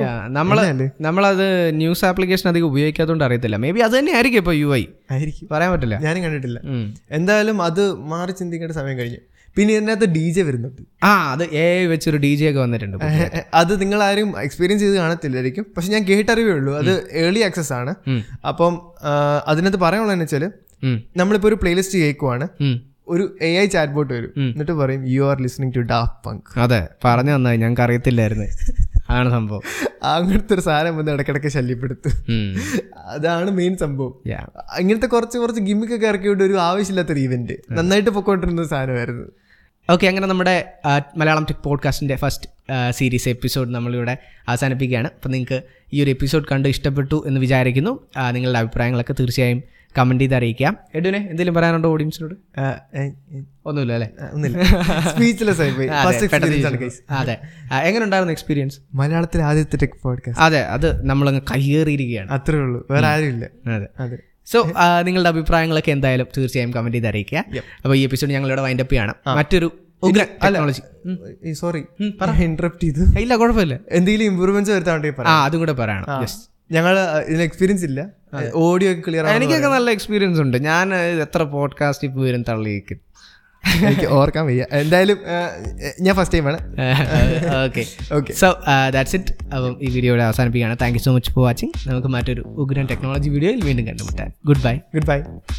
[SPEAKER 1] Yeah, നമ്മള്
[SPEAKER 2] എന്നല്ലേ?
[SPEAKER 1] നമ്മളത് ന്യൂസ് ആപ്ലിക്കേഷൻ അധികം ഉപയോഗിക്കാത്തതുകൊണ്ട് അറിയത്തില്ല മേ ബി അത് തന്നെ ആയിരിക്കും ഇപ്പൊ യു ഐ
[SPEAKER 2] ആയിരിക്കും
[SPEAKER 1] പറയാൻ പറ്റില്ല
[SPEAKER 2] ഞാനും കണ്ടിട്ടില്ല
[SPEAKER 1] ഉം.
[SPEAKER 2] എന്തായാലും അത് മാറി ചിന്തിക്കേണ്ട സമയം കഴിഞ്ഞു പിന്നെ ഇതിനകത്ത് ഡി ജെ വരുന്നുണ്ട്
[SPEAKER 1] ആ അത് എ വെച്ചൊരു ഡി ജെ ഒക്കെ വന്നിട്ടുണ്ട് ഇപ്പൊ.
[SPEAKER 2] ഏഹ്, അത് നിങ്ങൾ ആരും എക്സ്പീരിയൻസ് ചെയ്ത് കാണത്തില്ലായിരിക്കും പക്ഷെ ഞാൻ കേട്ടറിവേ ഉള്ളൂ അത് ഏർലി ആക്സസ് ആണ്
[SPEAKER 1] ഉം.
[SPEAKER 2] അപ്പം ആ, അതിനകത്ത് പറയാനുള്ളതെന്ന് വെച്ചാൽ
[SPEAKER 1] ഉം.
[SPEAKER 2] നമ്മളിപ്പോൾ ഒരു പ്ലേലിസ്റ്റ് കേൾക്കുവാണ്
[SPEAKER 1] ഉം.
[SPEAKER 2] ഒരു എ ഐ ചാറ്റ് ബോട്ട് വരും എന്നിട്ട് പറയും you are listening to Daft Punk
[SPEAKER 1] അതെ പറഞ്ഞു വന്നായി ഞങ്ങൾക്ക് അറിയത്തില്ലായിരുന്നു അതാണ് സംഭവം
[SPEAKER 2] അങ്ങനത്തെ ഒരു സാധനം വന്ന് ഇടയ്ക്കിടയ്ക്ക് ശല്യപ്പെടുത്തും
[SPEAKER 1] ഉം.
[SPEAKER 2] അതാണ് മെയിൻ സംഭവം
[SPEAKER 1] Yeah.
[SPEAKER 2] ഇങ്ങനത്തെ കുറച്ച് കുറച്ച് ഗിമ്മിക്കൊക്കെ ഇറക്കിയിട്ട് ഒരു ആവശ്യമില്ലാത്തൊരു ഇവന്റ് നന്നായിട്ട് പൊക്കോണ്ടിരുന്ന സാധനമായിരുന്നു
[SPEAKER 1] ഓക്കെ അങ്ങനെ നമ്മുടെ ആ, മലയാളം ടെക് പോഡ്കാസ്റ്റിൻ്റെ ഫസ്റ്റ് സീരീസ് എപ്പിസോഡ് നമ്മളിവിടെ അവസാനിപ്പിക്കുകയാണ് അപ്പോൾ നിങ്ങൾക്ക് ഈ ഒരു എപ്പിസോഡ് കണ്ട് ഇഷ്ടപ്പെട്ടു എന്ന് വിചാരിക്കുന്നു ആ, നിങ്ങളുടെ അഭിപ്രായങ്ങളൊക്കെ തീർച്ചയായും കമൻറ്റ് ചെയ്ത് അറിയിക്കാം എഡുവിനെ എന്തെങ്കിലും പറയാനുണ്ടോ ഓഡിയൻസിനോട്
[SPEAKER 2] ആ, ഏ, ഏ,
[SPEAKER 1] ഒന്നുമില്ല അല്ലേ
[SPEAKER 2] ആ, ഒന്നുമില്ല സ്പീച്ച്ലെസ് ആയി പോയി
[SPEAKER 1] ആ, അതെ,
[SPEAKER 2] ഫസ്റ്റ്
[SPEAKER 1] പെട്ടെന്ന്
[SPEAKER 2] എക്സ്പീരിയൻസ് ആണ്
[SPEAKER 1] ചോദിച്ചു.
[SPEAKER 2] ഗൈസ്
[SPEAKER 1] അതെ ആ, എങ്ങനെയുണ്ടായിരുന്നു എക്സ്പീരിയൻസ്
[SPEAKER 2] മലയാളത്തിലെ ആദ്യത്തെ ടെക് പോഡ്കാസ്റ്റ്
[SPEAKER 1] അതെ അത് നമ്മളങ്ങ് കയ്യേറിയിരിക്കുകയാണ്
[SPEAKER 2] അത്രേ ഉള്ളൂ വേറെ ആരും ഇല്ല
[SPEAKER 1] അതെ
[SPEAKER 2] അതെ
[SPEAKER 1] സോ നിങ്ങളുടെ അഭിപ്രായങ്ങളൊക്കെ എന്തായാലും തീർച്ചയായും കമൻറ്റ് ചെയ്ത് അറിയിക്കുക അപ്പോൾ ഈ എപ്പിസോഡ് ഞങ്ങളിവിടെ വൈൻഡപ്പ് ചെയ്യാണ് മറ്റൊരു ഉഗ്ര ടെക്നോളജി
[SPEAKER 2] സോറി ഇന്ററപ്റ്റ് ചെയ്തു
[SPEAKER 1] ഇല്ല കുഴപ്പമില്ല
[SPEAKER 2] എന്തെങ്കിലും ഇമ്പ്രൂവ്മെന്റ്സ് വരുത്താണ്ട്
[SPEAKER 1] ആ
[SPEAKER 2] പറയാം
[SPEAKER 1] അതും കൂടെ പറയണം Yes.
[SPEAKER 2] ഞങ്ങൾ ഇതിന് എക്സ്പീരിയൻസ് ഇല്ല ഓഡിയോ ഒക്കെ ക്ലിയർ ആണ്
[SPEAKER 1] എനിക്കൊക്കെ നല്ല എക്സ്പീരിയൻസ് ഉണ്ട് ഞാൻ ഏഹ്, എത്ര പോഡ്കാസ്റ്റ് ഇപ്പോൾ വരും തള്ളിയേക്കും
[SPEAKER 2] എനിക്ക് ഓർക്കാൻ വയ്യ എന്തായാലും ആ, ഞാൻ ഫസ്റ്റ് ടൈമാണ്
[SPEAKER 1] okay
[SPEAKER 2] Okay.
[SPEAKER 1] So that's it അപ്പം ഈ വീഡിയോ ഇവിടെ അവസാനിപ്പിക്കുകയാണ് thank you so much for watching നമുക്ക് മറ്റൊരു ഉഗ്രൻ ടെക്നോളജി വീഡിയോയിൽ വീണ്ടും കണ്ടുമുട്ടാം ഗുഡ് ബൈ
[SPEAKER 2] ഗുഡ് ബൈ